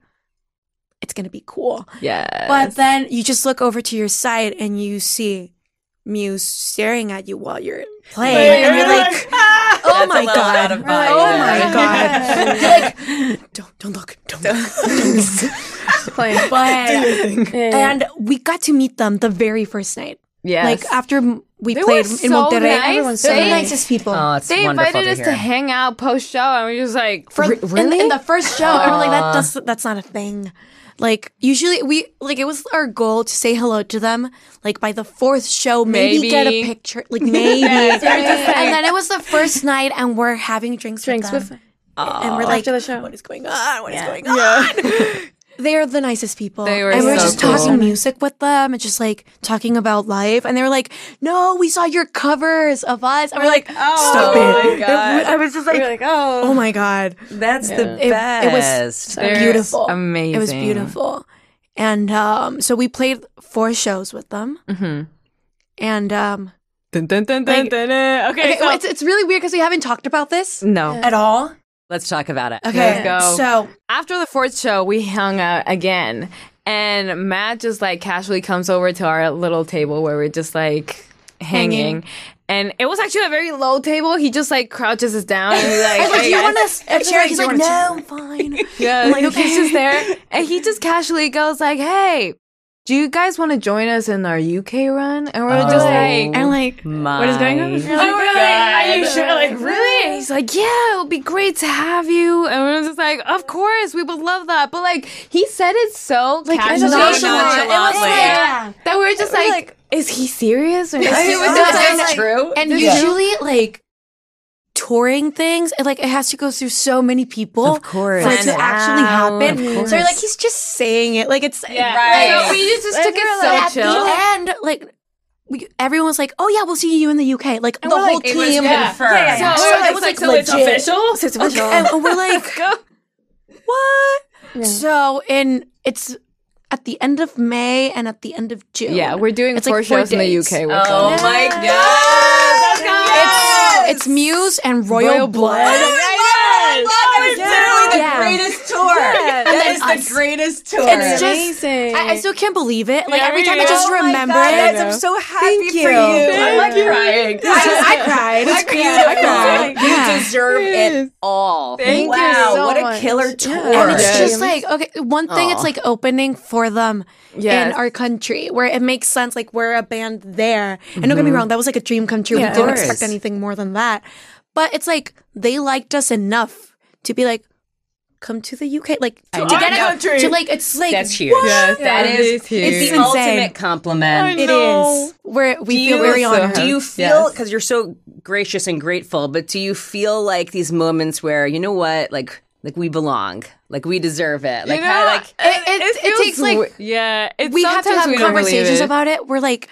It's going to be cool. Yeah. But then you just look over to your side and you see Muse staring at you while you're playing. And you're like, oh my little God. out of body. Oh Yeah. my God. You're like, don't, don't look. Don't look. playing. But, and we got to meet them the very first night. Yes. Like after m- we They played were in so Monterrey. nice. Everyone's so They- the nicest people. Oh, it's they wonderful invited to us hear. to hang out post show, and we were just like, For- in, in the first show, and we're like, that does, that's not a thing. Like usually we like it was our goal to say hello to them like by the fourth show maybe, Maybe. get a picture like maybe we're just like- and then it was the first night and we're having drinks Drinks with them with and we're like after the Oh. show. what is going on What is going on they are the nicest people They were and we were so just cool. talking music with them and just like talking about life and they were like no we saw your covers of us and we're like oh stop my it God. I was just like, oh my god That's the it, it was best. They're beautiful. amazing. It was beautiful. And um, so we played four shows with them. Mm-hmm. And um, Dun, dun, dun, dun, Like- dun, dun. Okay, Okay, so- well, it's, it's really weird because we haven't talked about this no. at all. Let's talk about it. Okay, Let's go. so After the fourth show, we hung out again, and Matt just like casually comes over to our little table where we're just like hanging. And it was actually a very low table. He just like crouches us down and he's like, I was like, "Hey, "Do you guys." want us a chair?" He's like, "No, I'm fine." Yeah, I'm like, like, he's just okay. there, and he just casually goes like, "Hey, do you guys want to join us in our UK run?" And we're just like, Oh and like, my what is going on? And we're like, "Are you sure?" Like, Oh really? And he's like, "Yeah, it would be great to have you." And we're just like, "Of course, we would love that." But like, he said it so like, casually, nonchalant. It was like- yeah, that we we're just like, "Is he serious?" Or not? It was serious? just like- Is it true. And Yeah. usually, like touring things, it, like it has to go through so many people, Of course. for it to Plan it actually out, happen. of So you're like, he's just saying it, like it's Right. So we just, just took it so at chill. the end, like. We, everyone was like, "Oh yeah, we'll see you in the UK." Like the whole team, confirmed. So, So we're it just was like, like so it's legit. official. So it's Okay, and we're like, what? So, and it's at the end of May and at the end of June. Yeah, we're doing It's like four four shows in the dates. UK. With um, Oh them. my god! It's, it's Muse and Royal, Royal Blood. Blood. I love it. It's literally the Yeah. greatest tour. That is the greatest tour. It's just, I, I still can't believe it. Like every time I just Oh my remember God, it. guys, I'm so happy Thank for you. you. I like crying. I, I cried. It's beautiful. Yeah. You deserve it all. Thank you wow, so what much. a killer tour. And it's Yes. just like okay, one thing it's Aw. like opening for them Yes. in our country where it makes sense. Like we're a band there, and don't get me wrong, that was like a dream come true. Yeah, we of didn't Mm-hmm. course. expect anything more than that, but it's like they liked us enough to be like, come to the UK, like to, to know. get I it know. out to like it's like That's huge. Yes, That that is, is huge. It's the It's insane. ultimate compliment. it is. We're we feel very so honored. happy. Do you Yes. feel because you're so gracious and grateful, but do you feel like these moments where you know what, like, like we belong, like we deserve it, like, You how, know, like it- it feels takes, like- w- yeah. It's we have to sometimes have we don't believe conversations it. about it. We're like,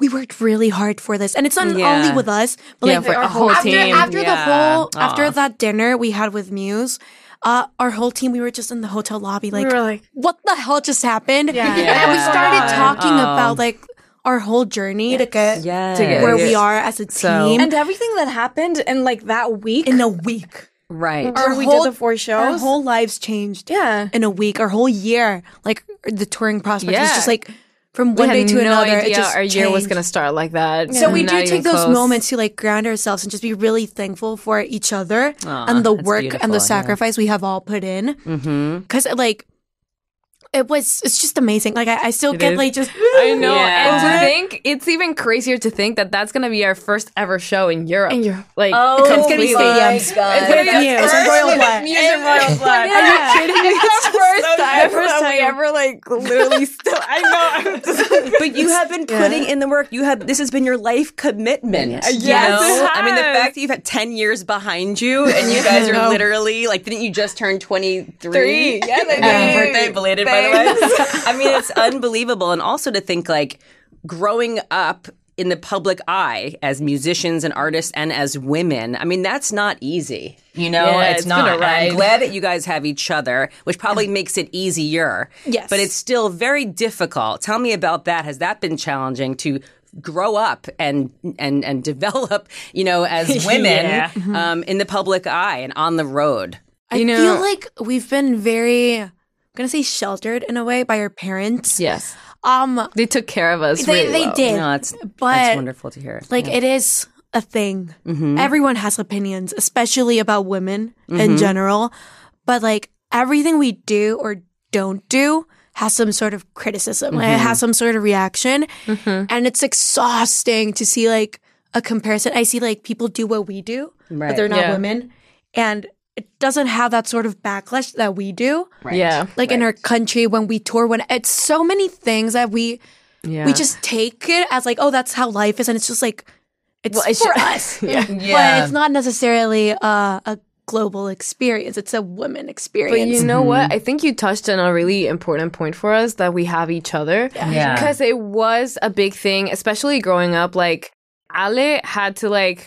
we worked really hard for this, and it's not Yeah. only with us, but Yeah, like for our a whole after, team. After Yeah. the whole, after Aw. that dinner we had with Muse, uh, our whole team, we were just in the hotel lobby, like, were like- what the hell just happened? Yeah. And we started talking Oh. about like our whole journey to get yes. Together. where Yes. we are as a team So- And everything that happened in like that week, in a week. right? Or we did the four Our shows. whole lives changed. Yeah. In a week, our whole year, like the touring prospect was Yeah. just like from We one day had to no another. idea it just our year was changed. gonna start like that. So we Not do even take those close. moments to like ground ourselves and just be really thankful for each other and the that's work and beautiful, yeah. the sacrifice we have all put in. Mm-hmm. Because like it was, it's just amazing. Like I, I still get is. like just I know, Yeah. and to think it's even crazier to think that that's gonna be our first ever show in Europe. In Europe. like Oh, It's gonna be stadiums. God. With you, it's on Royal Blood. Muse and Royal Blood. Are you kidding me? It's the first time, the first time we ever like literally still. I know. I'm just like, But you have been putting in the work. You have this has been your life commitment. Yes, it I mean the has. fact that you've had ten years behind you, and you guys are literally like, didn't you just turn twenty three? Yeah, happy birthday, belated by the way. I mean, it's unbelievable, and also to think like growing up in the public eye as musicians and artists and as women. I mean, that's not easy. You know, Yeah, it's, it's been a not. And ride. I'm glad that you guys have each other, which probably makes it easier. Yes. But it's still very difficult. Tell me about that. Has that been challenging to grow up and and and develop, you know, as women Yeah. Mm-hmm. um, in the public eye and on the road? I You know- feel like we've been very, I'm gonna say sheltered in a way by our parents. yes, Um, they took care of us. they, really they well. did. No, it's that's but wonderful to hear. Like it is a thing. Everyone has opinions, especially about women in general. But like everything we do or don't do has some sort of criticism. Like, it has some sort of reaction. And it's exhausting to see like a comparison. I see like people do what we do, Right. but they're not Yeah. women. And it doesn't have that sort of backlash that we do. Yeah, Like in our country when we tour, when it's so many things that we yeah. we just take it as like, oh, that's how life is, and it's just like it's for us. yeah. Yeah. but it's not necessarily a, a global experience. It's a woman experience. But you know what? I think you touched on a really important point for us that we have each other. Yeah. Because it was a big thing, especially growing up. Like, Ale had to, like,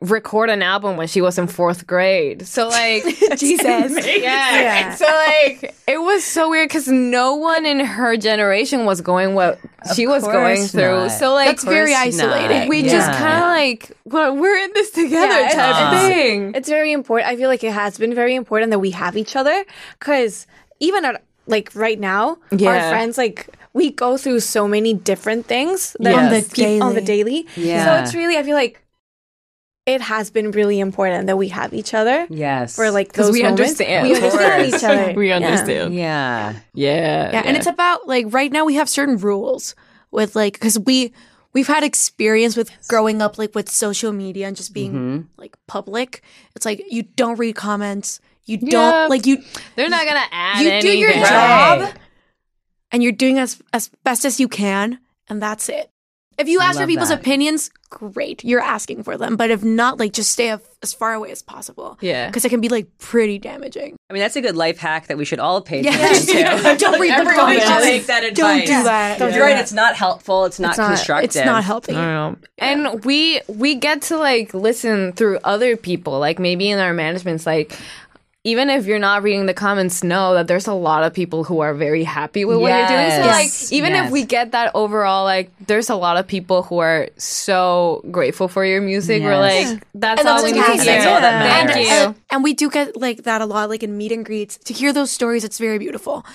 record an album when she was in fourth grade. So like Jesus. Yeah. So like it was so weird because no one in her generation was going what she was going course through. not. So like That's very course not. isolating. we just kind of like well we're in this together Yeah, it's- type it's- thing. It's very important. I feel like it has been very important that we have each other because even at, like right now, our Yeah. friends like we go through so many different things that On the keep- on the daily. Yeah. So it's really I feel like it has been really important that we have each other Yes. for like 'Cause those we moments. understand. We Of understand course. each other. We Yeah. understand. Yeah. Yeah. yeah, and it's about like right now we have certain rules with like because we we've had experience with growing up like with social media and just being Mm-hmm. like public it's like you don't read comments you Yeah. don't like you they're not gonna add. you do your anything. job Right. and you're doing as as best as you can and that's it if you ask for love people's that. opinions great you're asking for them but if not like just stay af- as far away as possible Yeah. because it can be like pretty damaging I mean, that's a good life hack that we should all pay attention Yes. to. Don't read the Everyone should comments. take that don't advice. do that You're right. It's not helpful. It's not it's not, constructive. it's not helping And we we get to like listen through other people, like maybe in our management's like even if you're not reading the comments, know that there's a lot of people who are very happy with what you're doing. So Yes. like even Yes. if we get that overall, like there's a lot of people who are so grateful for your music. We're Yes. like that's And all that's we fantastic. need to hear. That's all that Thank matters. you. And, and we do get like that a lot, like in meet and greets. To hear those stories, it's very beautiful.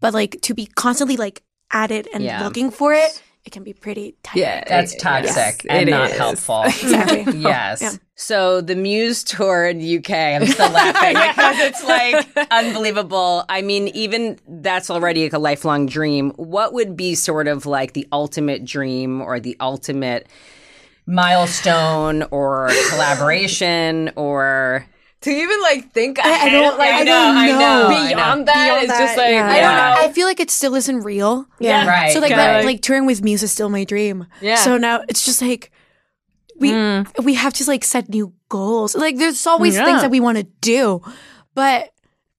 But like to be constantly like at it and Yeah. looking for it, it can be pretty tight. Yeah. That's it- toxic yes, and it not is. helpful. Exactly. Yes. So the Muse tour in UK, I'm still laughing because it's like unbelievable. I mean, even that's already like a lifelong dream. What would be sort of like the ultimate dream or the ultimate milestone or collaboration or To even like think ahead, don't- like I don't I know, I know. beyond that, Beyond it's that, just like yeah. I I don't don't know. know. I feel like it still isn't real. Yeah. right? So like right. that, like touring with Muse is still my dream. Yeah. Mm. So now it's just like we we have to like set new goals. Like there's always things that we want to do, but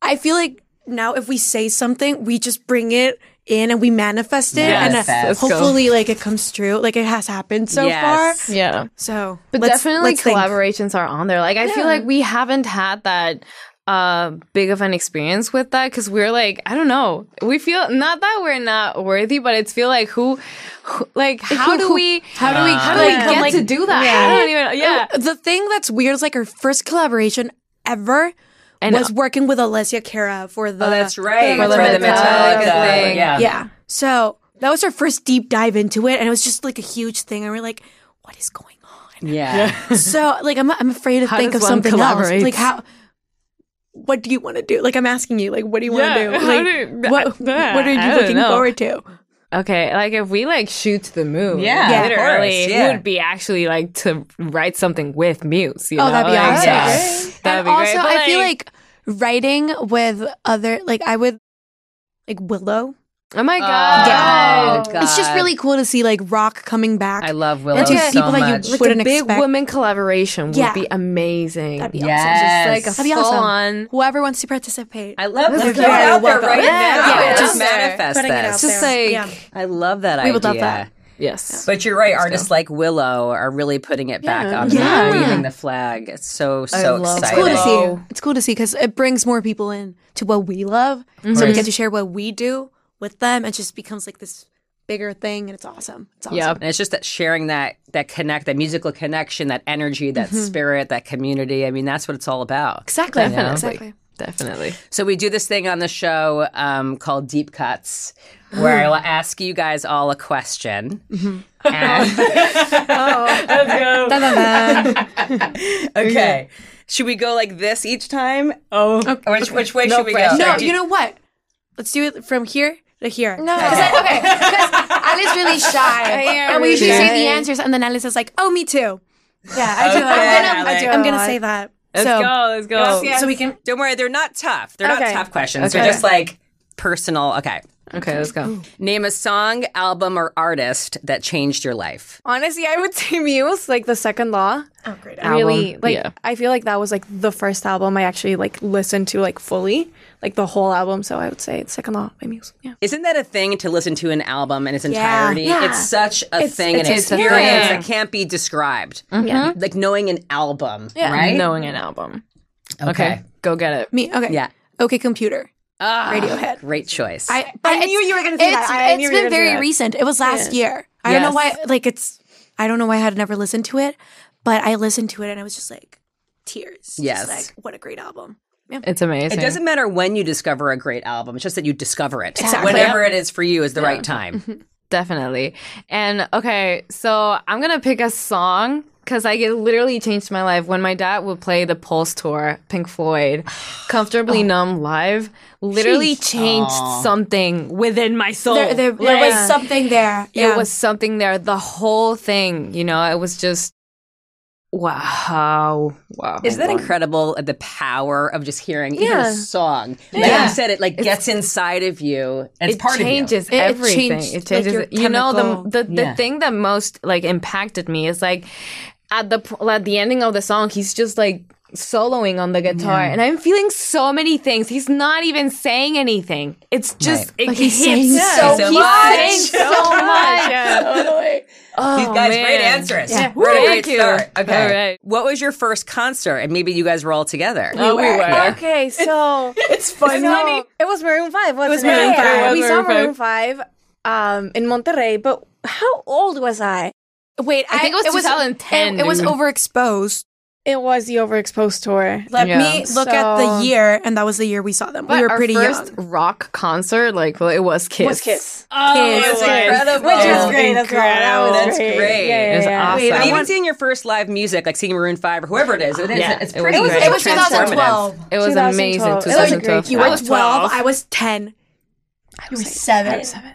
I feel like now if we say something, we just bring it in and we manifest it, Yes. and uh, Let's go. hopefully like it comes true. Like it has happened so Yes. far. yeah. So, But let's- definitely let's think. collaborations are on there. Like I feel like we haven't had that uh big of an experience with that because we're like I don't know we feel not that we're not worthy but it's feel like who, who like how who- do who- we how do we how do we Yeah. get Like, to do that I don't even yeah The thing that's weird is like our first collaboration ever uh, was working with Alessia Cara for the. oh, that's right. For the For the Metallica Metallica thing. Yeah. Yeah. So that was our first deep dive into it, and it was just like a huge thing, and we're like, "What is going on?" Yeah. so like, I'm I'm afraid to think does of one something else. collaborate? Like how. What do you want to do? Like I'm asking you, like what do you want Yeah, to do? how Like do you- what Yeah, what are I you don't looking know. forward to? okay like if we like shoot to the moon Yeah, Yeah. of literally course, it yeah. would be actually like to write something with Muse you Oh, know? that'd be Like, awesome. yeah. that'd and be also, great But, I feel like writing with other, like I would, like Willow. oh my god Yeah. Oh, It's just God. really cool to see like rock coming back. I love Willow just so people that you much. look- like a Wouldn't big expect- women collaboration would Yeah. be amazing. That'd be Yes. awesome. like a That'd be full awesome. on. Whoever wants to participate, I love that. very out there welcome. right Yeah. now. Yeah. Just Yeah. manifest Putting it out this. Just there. like Yeah. I love that idea. We would love that. yes, But you're right. Artists like Willow are really putting it back up, Yeah. yeah. waving the flag. It's so so love exciting. cool to Hello. see. It's cool to see because it brings more people in to what we love. Mm-hmm. So we get to share what we do with them. It just becomes like this bigger thing, and it's awesome. It's awesome. Yeah. And it's just that sharing that that connect, that musical connection, that energy, that Mm-hmm. spirit, that community. I mean, that's what it's all about. Exactly. Definitely. Exactly. definitely. So we do this thing on the show um, called Deep Cuts, where I will ask you guys all a question. Mm-hmm. And- okay. Should we go like this each time? Oh, which which way should we go? No, Should we- you know what? Let's do it from here to here. No, okay, Alice really shy, and we usually say the answers, and then Alice is like, "Oh, me too." Yeah, I do. I'm gonna, I do. I'm gonna say that. so, let's go. so we can. Don't worry, they're not tough. They're Okay. not tough questions. They're just like personal. Okay. Okay, let's go. Name a song, album, or artist that changed your life. Honestly, I would say Muse, like the second law. Oh, great. Really, like yeah. I feel like that was like the first album I actually like listened to like fully, like the whole album. So I would say second law by Muse. Yeah. Isn't that a thing to listen to an album in its entirety? Yeah. It's such a thing, an it's a experience thing. Mm-hmm. that can't be described. Yeah. Like knowing an album, right? Knowing an album. Okay. Go get it. Me. Okay. Yeah. Okay, computer. Ah, Radiohead. Great choice. I, I knew you were going to do that. I It's knew you were been gonna do very that. recent. It was last year. I don't know why. Like it's. I don't know why I had never listened to it, but I listened to it and I was just like tears. Just Yes. like what a great album. It's amazing. it doesn't matter when you discover a great album. It's just that you discover it. Exactly. Whenever it is for you is the right time. Mm-hmm. Definitely. And okay, so I'm going to pick a song because I it literally changed my life when my dad would play the Pulse Tour, Pink Floyd, Oh. Comfortably Numb Live, literally changed something within my soul. There, there, there Like, was something there. Oh, it was something there, the whole thing, you know, it was just wow. Wow. Isn't that incredible? uh, The power of just hearing even Yeah. a song. Like Yeah. you said, it like gets inside of you. And it's it part of you. changes It everything. changed, it changes. like, your you know, chemical- the the, the Yeah. thing that most like impacted me is like at the p- at the ending of the song, he's just like soloing on the guitar, and I'm feeling so many things. He's not even saying anything. It's just it hits so, Oh, so he's much. saying so much. These guys, great Oh, man. answers. We're at a Thank great you. start. Okay. All right. What was your first concert? And maybe you guys were all together. Oh, we were. Okay, so It's funny. No, it was Maroon Five. Wasn't it was Maroon five. It was we Maroon saw Maroon Five um, in Monterrey, but how old was I? Wait, I, think it was 2010, It, it was dude. overexposed. It was the Overexposed tour. Let Yeah. me look at So- the year, and that was the year we saw them. we were our pretty first young. rock concert, like well, it was Kiss. That's incredible. Which is great. That's Incredible. That That's was great. Yeah, yeah, It's yeah. awesome. But even seeing your first live music, like seeing Maroon Five or whoever it is, it is Yeah, it's it was pretty. great. It was transformative. 2012. It was 2012. amazing. It was a 2012. great You year. I were was 12. I was 10. I was, 7.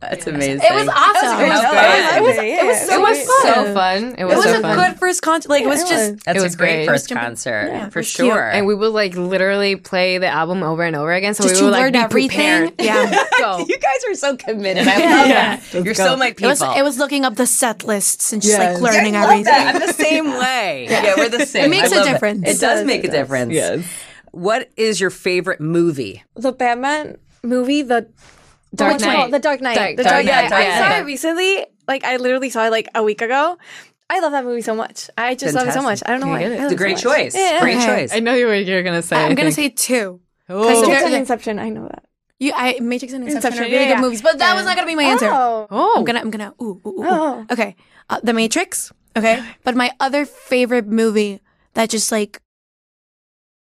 That's amazing. It was awesome. great It was, experience. it was, It was so much fun. so fun. It was, It was so a fun. good first concert. Like, it was just. That's was a great, great. first Just jumping- concert Yeah, for it was cute. sure. and we would like literally play the album over and over again. So Just we you would like learned be everything. prepared. Yeah. Go. you guys are so committed. I love that. You're so my It people. was, it was looking up the set lists and just like learning I love everything. that. I'm the same way. Yeah, we're the same. makes I a love difference. It, it does make a difference. Yes. What is your favorite movie? the Batman movie, the Dark what's it called? Knight. the Dark Knight, Dark- the Dark Dark, Knight, Knight. yeah. I saw it recently. Like I literally saw it like a week ago. I love that movie so much. I just love it so much. Fantastic. I don't know why. I love It's a it so great much. choice. Great choice. I know you were you're gonna say. oh. I'm I going to think. say two. Matrix They're- and they're- Inception. I know that. You, I, Matrix and Inception, Inception, are really yeah, good yeah. movies, but that was not going to be my answer. Oh, Oh, I'm gonna, I'm gonna, ooh, ooh, ooh. ooh. Oh. Okay, uh, The Matrix. Okay, but my other favorite movie that just like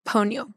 Ponyo.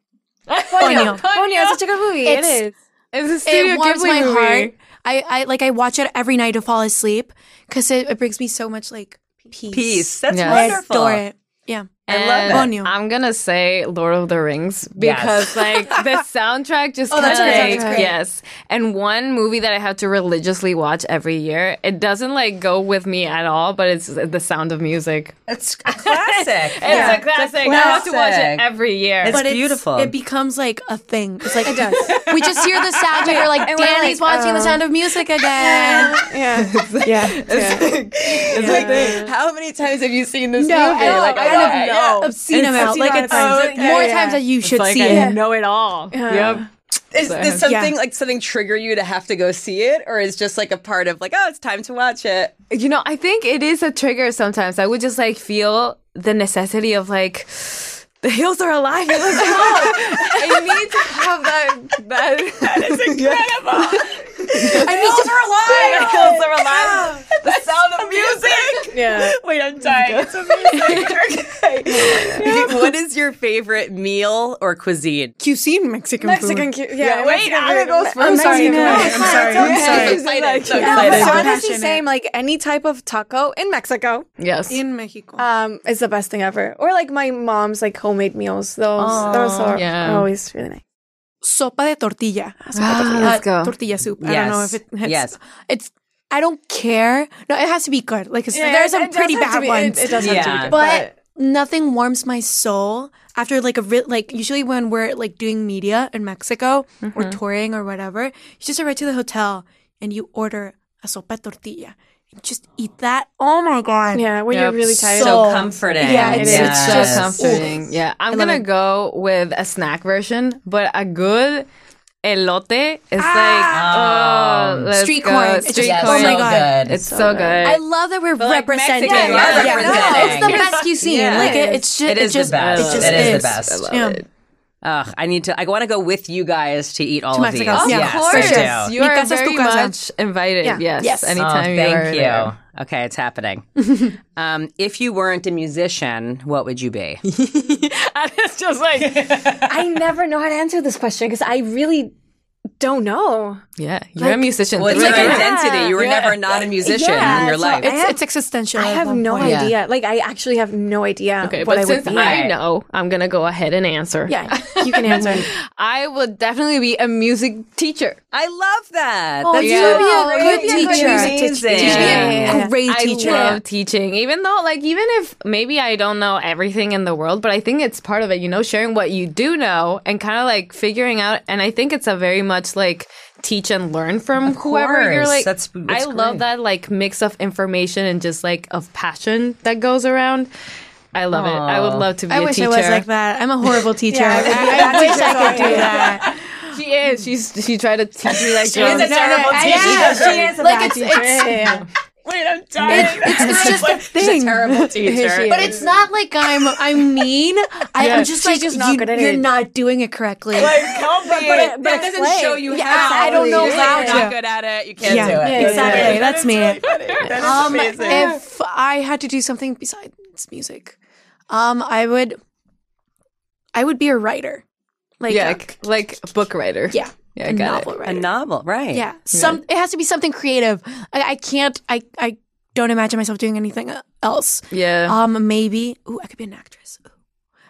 Ponyo. Ponyo is such a good movie. It It's- is. it's a Studio It warms Ghibli my movie. heart. I, I like I watch it every night to fall asleep because it, it brings me so much like peace. Peace. That's Yes. I wonderful. adore it. Yeah, And Ponyo. I'm gonna say Lord of the Rings Yes. because like the soundtrack just Oh, that's kinda, great, like, that's great. yes. And one movie that I have to religiously watch every year. It doesn't like go with me at all, but it's The Sound of Music. It's a classic. It's a classic. I have to watch it classic. every year. It's but it's beautiful. It becomes like a thing. It's like it does. we just hear the sound, and we're like, um, Danny's watching The Sound of Music again. Yeah, yeah. yeah. It's like, how many times have you seen this movie? I, like, I I don't know. Obscene amount. obscene Like amount it's of times. so- more Yeah, yeah. times that you should like see I it. know it all. Yep. Is uh, does something Yeah. like something trigger you to have to go see it, or is just like a part of like, oh, it's time to watch it? You know, I think it is a trigger sometimes. I would just like feel the necessity of like the hills are alive. Let's go. I need to have that. That, that is incredible. I need to alive. are alive. The sound of music. Yeah. Wait, I'm dying. It's amazing. okay. What is your favorite meal or cuisine? cuisine Mexican, Mexican. cu- Yeah, Wait, Mexican Anna food. goes I'm first. sorry. Sorry, no, go ahead. it's I'm sorry. fine, it's okay. I'm so excited. So No, excited. it's I'm honestly passionate. same. Like any type of taco in Mexico Yes. in Mexico. um, is the best thing ever. Or like my mom's like homemade meals. Those those are yeah. always really nice. sopa de tortilla. Ah, tortilla. let's go. Tortilla soup. I don't know Yes. if it. It's, Yes. It's. I don't care. No, it has to be good. Like it's, there are some pretty bad ones. It, does have to Yeah. be good, but nothing warms my soul after like a ri- like usually when we're like doing media in Mexico or touring or whatever, you just arrive to the hotel and you order a sopa tortilla. and Just eat that. Oh my god. Yeah, when you're really tired. So comforting. Yeah, It's, Yes. it's Yes. so comforting. Yeah, I'm gonna go with a snack version, but a good elote is like oh, let's Street go. corn. It's Street just- corn. oh my God. good. It's so, good. I love that we're representing. Mexican, Yeah, we're yeah. representing. It's the best cuisine. Yeah. Like it, it's just It is it just, the best. It, just It is the is. best. I love Yeah. Ugh, I need to. I want to go with you guys to eat all of these. Mexico. Of yes, I course. do. Yes. You Mi are casa es tu very casa. much invited. Yeah. Yes. Yes. Oh, Oh, Anytime you are thank you. there. Okay, it's happening. um, if you weren't a musician, what would you be? And it's just like I never know how to answer this question because I really don't know. yeah, you're a musician. Well, it's through like and through. identity. You were never not a musician in your so life. I have- It's existential. I at have one no point. idea. Like I actually have no idea Okay, what but I would since be. I know, I'm gonna go ahead and answer. yeah, you can answer. I would definitely be a music teacher. I love that. Oh, That's you yeah. would Oh, be a good you'd be a good teacher. music teacher. You'd be Yeah. a great I teacher. love teaching, even though, like, even if maybe I don't know everything in the world, but I think it's part of it, you know, sharing what you do know and kind of like figuring out. And I think it's a very much like teach and learn from whoever you're course. like. That's- I that's love great. that like mix of information and just like of passion that goes around. I love it. I would love to be I a wish teacher. I was like that. I'm a horrible teacher. Yeah, I would be a bad I, I wish teacher, I could sorry. do that. She is. She's she tried to teach me like Jones. terrible Yeah, she is a Like, bad it's- teacher. Yeah, It's, it's just a thing. yeah. But it's not like I'm I'm mean. I, Yeah, I'm just she's like just not you, good at you're it. not doing it correctly. That doesn't show you Yeah, how. I don't know You're how not to. good at it. You can't Yeah, do it. exactly. That's me. um, if I had to do something besides music, um, I would, I would be a writer, like yeah, a- like, like a book writer. yeah, Yeah, I a got novel A writer. novel, right? yeah, some it has to be something creative. I, I can't. I I don't imagine myself doing anything else. Yeah. Um, maybe. Ooh, I could be an actress. Ooh.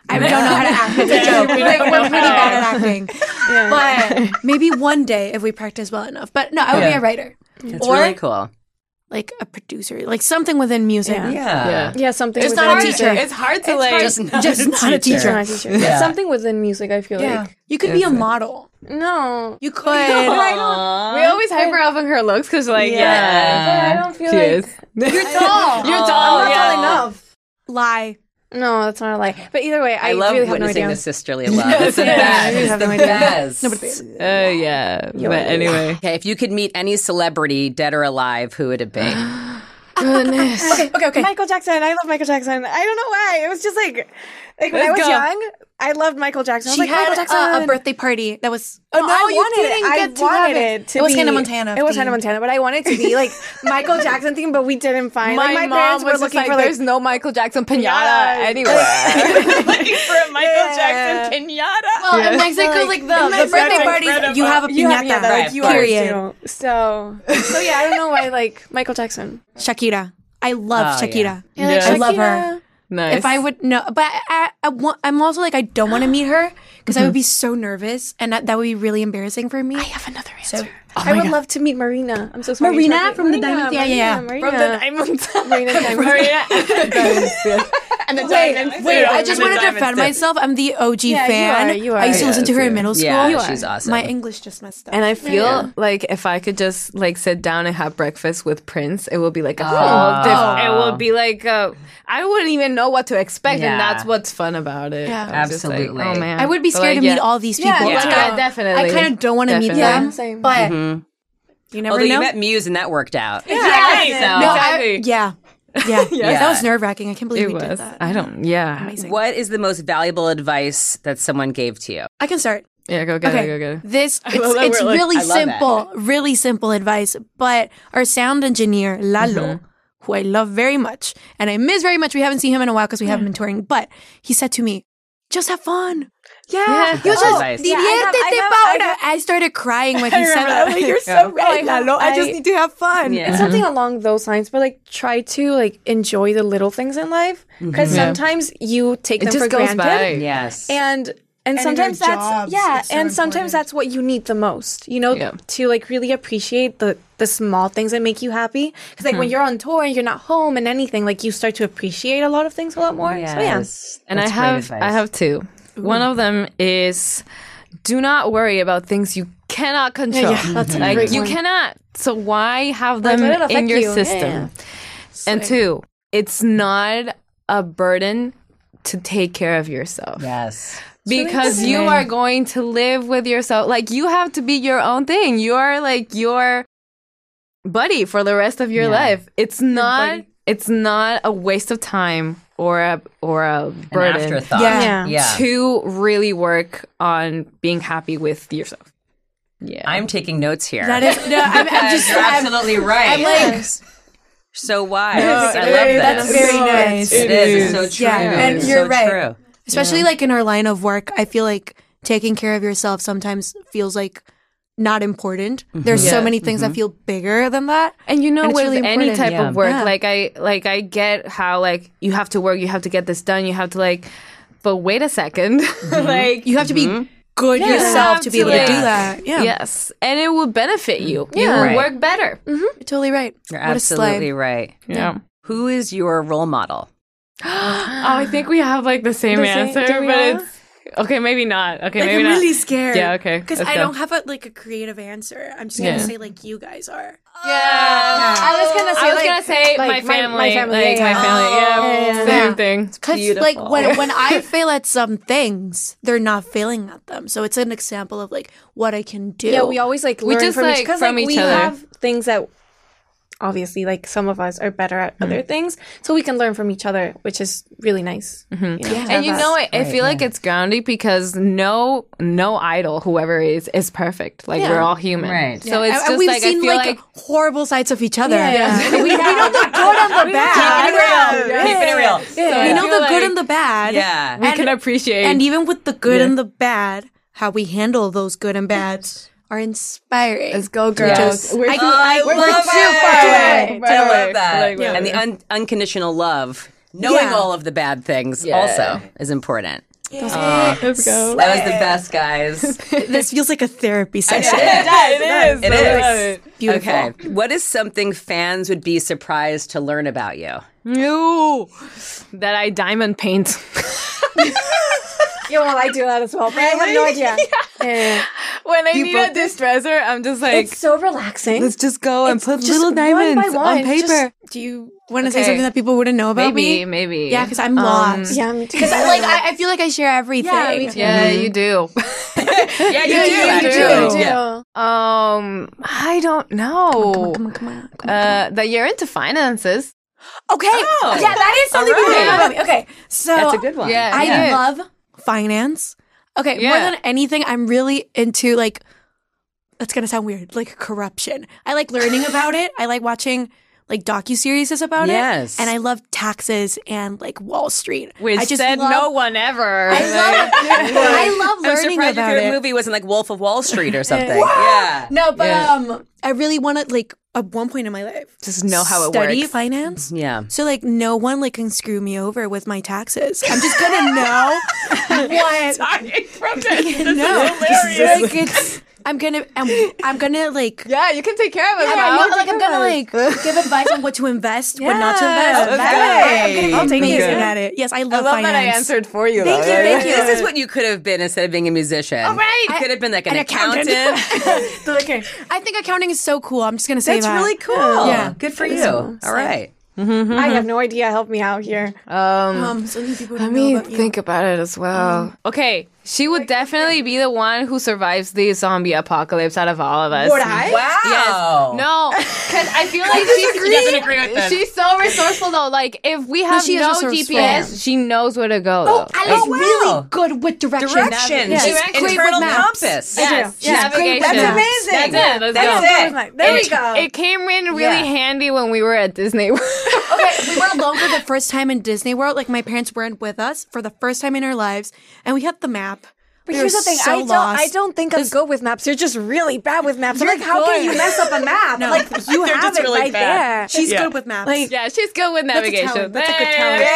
I don't know how to act. It's a joke. Like, we're pretty bad at acting. But maybe one day if we practice well enough. But no, I would be a writer. It's really cool. Like a producer, like something within music. Yeah. yeah something. It's within not a music. teacher. It's hard to like. Just not a It's teacher. not a teacher. It's something within music. I feel like You could be a model. no. You could. we always hyper up on her looks because, like, yeah. I don't feel She like is. You're tall. You're Oh, tall. not yeah. tall enough. Lie. No, that's not a lie. But either way, I I, love really have no witnessing idea. the sisterly love. It's the I really best. have no It's the idea. best. Oh yeah. But anyway, Okay, if you could meet any celebrity, dead or alive, who would it be? goodness. Okay, okay, okay. Michael Jackson. I love Michael Jackson. I don't know why. It was just like, like when I was go. young, I loved Michael Jackson. I was She like, had Michael Jackson. a, a birthday party that was. Oh, no, oh, I you wanted it. didn't I get to wanted have it. it to was be- Hannah Montana. It was theme. Hannah Montana, but I wanted to be like Michael Jackson theme, but we didn't find. My, like, my mom was parents were just looking like, for "There's like. no Michael Jackson pinata Yeah. anywhere." Michael Jackson Well, in Mexico, like, the, the birthday parties, you have a You have piñata. yeah, like, you period. have to. So, so yeah, I don't know why like Michael Jackson. Shakira. I love Oh, yeah. Shakira. I love her. nice. If I would know, but I, I, want, I'm also like I don't want to meet her because I would be so nervous, and that, that would be really embarrassing for me. I have another answer. I would love to meet Marina. I'm so sorry. Oh Marina to interrupt from the you. Diamond- yeah, Marina, yeah, Marina, Marina. Diamond- and the wait, wait, I just want to defend myself. I'm the OG you fan. are, you I are. used to listen to her in middle school. Yeah, she's awesome. My English just messed up. and I feel like if I could just like sit down and have breakfast with Prince, it will be like a Oh. whole different. Ah. It will be like uh, I wouldn't even know what to expect, Yeah. and that's what's fun about it. Yeah. I'm just like, Absolutely. oh man, I would be But, scared like, to meet yeah. all these people. Yeah, Like, yeah, I- definitely. I kind of don't want to meet Definitely. them, Same. but Mm-hmm. you never Although know. you met Muse and that worked out. Yeah. no, I- Exactly. yeah, yeah, Yeah. That was nerve wracking. I can't believe It we did was. that. I don't. Yeah. What is the most valuable advice that someone gave to you? I can start. Yeah. Go get Okay. it. Go get it. This it's, it's really I love that. simple, really simple advice. But our sound engineer Lalo, Mm-hmm. who I love very much and I miss very much, we haven't seen him in a while because we Mm. haven't been touring. But he said to me, "Just have fun." yeah. You Just advice. diviértete, Paula." I, started crying when he said that. I'm Oh, like, Oh, You're so right, Lalo. I, just Oh, I- need to have fun. It's something along those lines, but like try to like enjoy Mm-hmm. the little things in life because sometimes you take It them just for goes granted. by. Yes. And and, in sometimes our that's jobs, yeah it's so and sometimes important. that's what you need the most you know Yeah. to like really appreciate the the small things that make you happy because like Hmm. when you're on tour and you're not home and anything like you start to appreciate a lot of things a lot more so yeah and I That's great have advice. I have two. One of them is do not worry about things you cannot control. yeah, that's a like great you one. cannot. So why have Like, them let it affect in your you. Yeah, system? And two, it's not a burden to take care of yourself Yes. because you are going to live with yourself. Like you have to be your own thing. You are like your buddy for the rest of your life. It's not. It's not a waste of time or a or a An burden afterthought. Yeah. Yeah. Yeah. to really work on being happy with yourself. Yeah. I'm taking notes here. That is no. I'm, I'm just. You're I'm, absolutely right. I'm like. so wise. I love very- this. that's very nice. it is. It's so true. Yeah, and It's you're so right. True. Especially like in our line of work, I feel like taking care of yourself sometimes feels like not important. Mm-hmm. There's so many things that feel bigger than that. and you know And it's with really any important. type Yeah. of work Yeah. like i like i get how like you have to work you have to get this done you have to like but wait a 2nd Mm-hmm. like You have to be Mm-hmm. good yourself have to to, be able like- to do that. Yeah, yes and it will benefit you you will Right. work better you're totally right. You're what a absolutely slave. right. yeah Who is your role model? oh i think we have like the same answer do we but all? it's okay maybe not okay Like maybe I'm not really scared. Yeah, okay, Because let's I go. don't have a, like a creative answer. I'm just gonna Yeah. say like you guys are. yeah. i was gonna say i was gonna say my like, my- my family family, like yeah, my yeah. family yeah, same thing Because like when when I fail at some things, they're not failing at them. So it's an example of like what I can do. yeah we always like We learn just, from like, each because from like each we other. have things that obviously like some of us are better at other Hmm. things so we can learn from each other which is really nice Mm-hmm. you know, to have and you that. know I, I feel like it's grounding because no no idol whoever is is perfect like we're all human Right. so it's And- and just we've like I seen feel like, like horrible sides of each other. Yeah. we, we know the good and the bad. Keeping it real. Keeping it real. We know feel the good like- and the bad. Yeah. we can appreciate And even with the good and the bad, how we handle those good and bads are inspiring. Let's go, girls. I, I, We're we're love too far it. away. I love that. Like, And the un- unconditional love, knowing Yeah. all of the bad things also is important. let's go That was the best, guys. This feels like a therapy session. it is. It is. Beautiful. Okay. What is something fans would be surprised to learn about you? no that I diamond paint yeah well i do that as well but i have no idea Yeah. when I need a distressor I'm just like it's so relaxing let's just go and put just little one by diamonds one, on paper just- Do you want to say Okay. something that people wouldn't know about maybe me? maybe Um, Yeah, because I'm lost. yeah me too Like I, I feel like I share everything. yeah you do Yeah, you do. you actually. do. Yeah. um I don't know Come on, come on. Oh. come on. uh that you're into finances Okay. Yeah, that is something people don't know about me. Okay. So That's a good one. yeah I yeah. love finance. Okay, more Yeah. than anything, I'm really into like that's gonna sound weird, like corruption. I like learning about it. I like watching like docu series about Yes. it. And I love taxes and like Wall Street. which I just said love, no one ever. I love, I love I'm learning surprised your about favorite it. movie wasn't like Wolf of Wall Street or something. yeah. No, but um I really wanna like at one point in my life just know how it study works. finance. Yeah. So like no one like can screw me over with my taxes. I'm just gonna know what no, like it's I'm gonna I'm, I'm gonna like Yeah, you can take care of it. I'm not- like I'm gonna like give advice on what to invest, what not to invest. okay. I'm gonna I'll be take amazing it. at it. Yes, I love, I love finance. that I answered for you. Thank though. you, thank you. This is what you could have been instead of being a musician. All right. You could have been like an, An accountant. accountant. I think accounting is so cool. I'm just gonna say That's that. really cool. Yeah. Good for you. All right. i Mm-hmm. have no idea help me out here Um, so many people Let don't me know about you. think about it as well. okay, she would definitely be the one who survives the zombie apocalypse out of all of us. Would I? Wow. Yes. No, because I feel like she's she's so resourceful though. Like if we have she is no resourceful. GPS, she knows where to go. Though. I like Oh, wow. really good with direction. Direction. Yes. She's Direction. internal Maps. compass. Yes, Yeah. navigation. That's amazing. That's it. Let's That's go. it. There we It- It came in really Yeah. handy when we were at Disney. Okay, we were longer the first time in Disney World. Like my parents weren't with us for the first time in our lives, and we had the map. But We were here's the thing, so I don't lost. I don't think I'm good with maps. You're just really bad with maps. I'm like, how can good. you mess up a map? Like you have just it really right bad. there. She's good with maps. Like- Yeah, she's good with That's a navigation. talent. That's a good There talent. we go.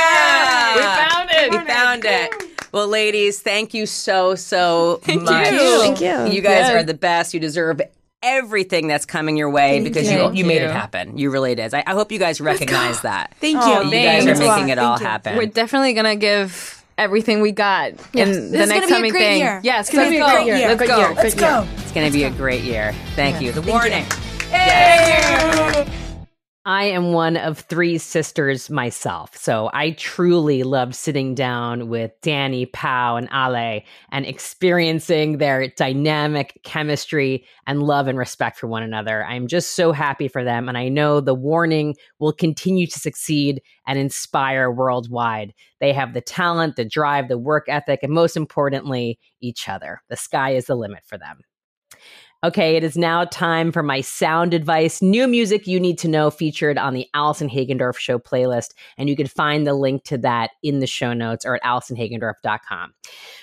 Yeah. We found it. We found it. Well, ladies, thank you so, so much. Thank you. You guys are the best. You deserve everything that's coming your way because you, you made it happen. You really did. I, I hope you guys recognize that. Thank you. Oh, You guys are making it all happen. We're definitely gonna give everything we got in the This is next gonna be a coming great thing. year. Yes, It's gonna let's be a go. great year. Let's Good go. year. Let's go. It's going to be a great year. Thank you. The warning. I am one of three sisters myself, so I truly loved sitting down with Danny, Pau, and Ale and experiencing their dynamic chemistry and love and respect for one another. I'm just so happy for them, and I know the warning will continue to succeed and inspire worldwide. They have the talent, the drive, the work ethic, and most importantly, each other. The sky is the limit for them. Okay, it is now time for my sound advice, new music you need to know featured on the Allison Hagendorf Show playlist. And you can find the link to that in the show notes or at allisonhagendorf.com.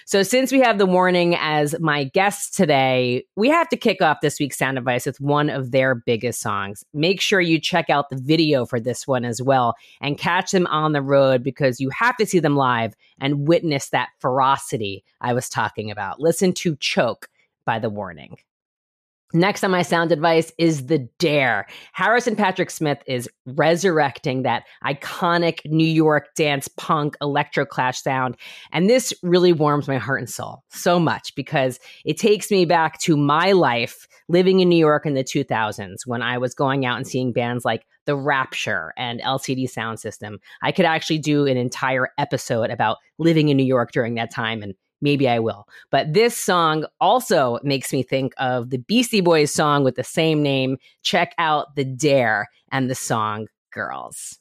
So, since we have the warning as my guests today, we have to kick off this week's sound advice with one of their biggest songs. Make sure you check out the video for this one as well and catch them on the road because you have to see them live and witness that ferocity I was talking about. Listen to Choke by the warning. Next on my sound advice is the dare. Harrison Patrick Smith is resurrecting that iconic New York dance punk electro clash sound. And this really warms my heart and soul so much because it takes me back to my life living in New York in the 2000s when I was going out and seeing bands like The Rapture and LCD Sound System. I could actually do an entire episode about living in New York during that time and Maybe I will. But this song also makes me think of the Beastie Boys song with the same name. Check out The Dare and the song Girls.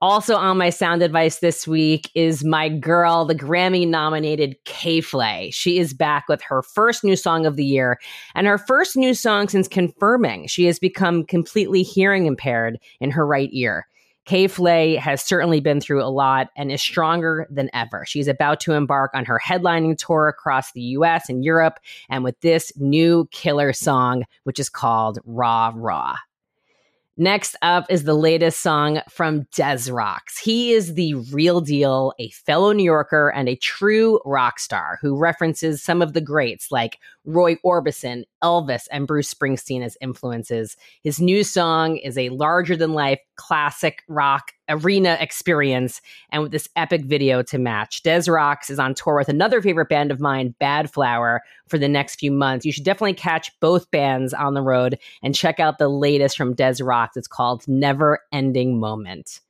Also on my sound advice this week is my girl, the Grammy nominated K Flay. She is back with her first new song of the year and her first new song since confirming she has become completely hearing impaired in her right ear. Kay Flay has certainly been through a lot and is stronger than ever. She's about to embark on her headlining tour across the US and Europe, and with this new killer song, which is called Raw Raw. Next up is the latest song from Des Rocks. He is the real deal, a fellow New Yorker and a true rock star who references some of the greats like Roy Orbison, Elvis, and Bruce Springsteen as influences. His new song is a larger than life classic rock arena experience and with this epic video to match. Des Rocks is on tour with another favorite band of mine, Bad Flower, for the next few months. You should definitely catch both bands on the road and check out the latest from Des Rocks. It's called Never Ending Moment.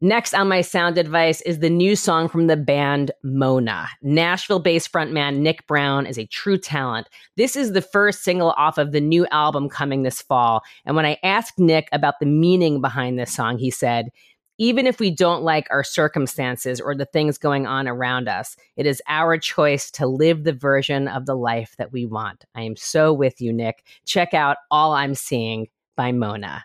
Next on my sound advice is the new song from the band Mona. Nashville based frontman Nick Brown is a true talent. This is the first single off of the new album coming this fall. And when I asked Nick about the meaning behind this song, he said, even if we don't like our circumstances or the things going on around us, it is our choice to live the version of the life that we want. I am so with you, Nick. Check out All I'm Seeing by Mona.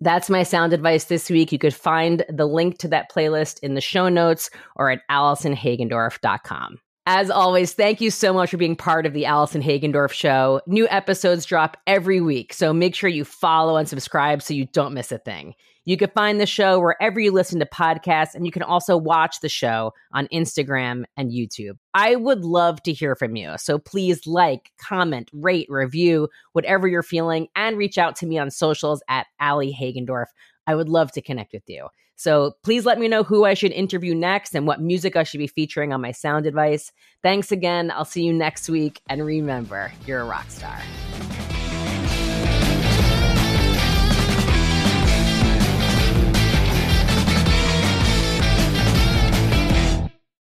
That's my sound advice this week. You could find the link to that playlist in the show notes or at AllisonHagendorf.com. As always, thank you so much for being part of the Allison Hagendorf Show. New episodes drop every week, so make sure you follow and subscribe so you don't miss a thing. You can find the show wherever you listen to podcasts, and you can also watch the show on Instagram and YouTube. I would love to hear from you, so please like, comment, rate, review, whatever you're feeling, and reach out to me on socials at Allie Hagendorf. I would love to connect with you. So please let me know who I should interview next and what music I should be featuring on my sound advice. Thanks again. I'll see you next week. And remember, you're a rock star.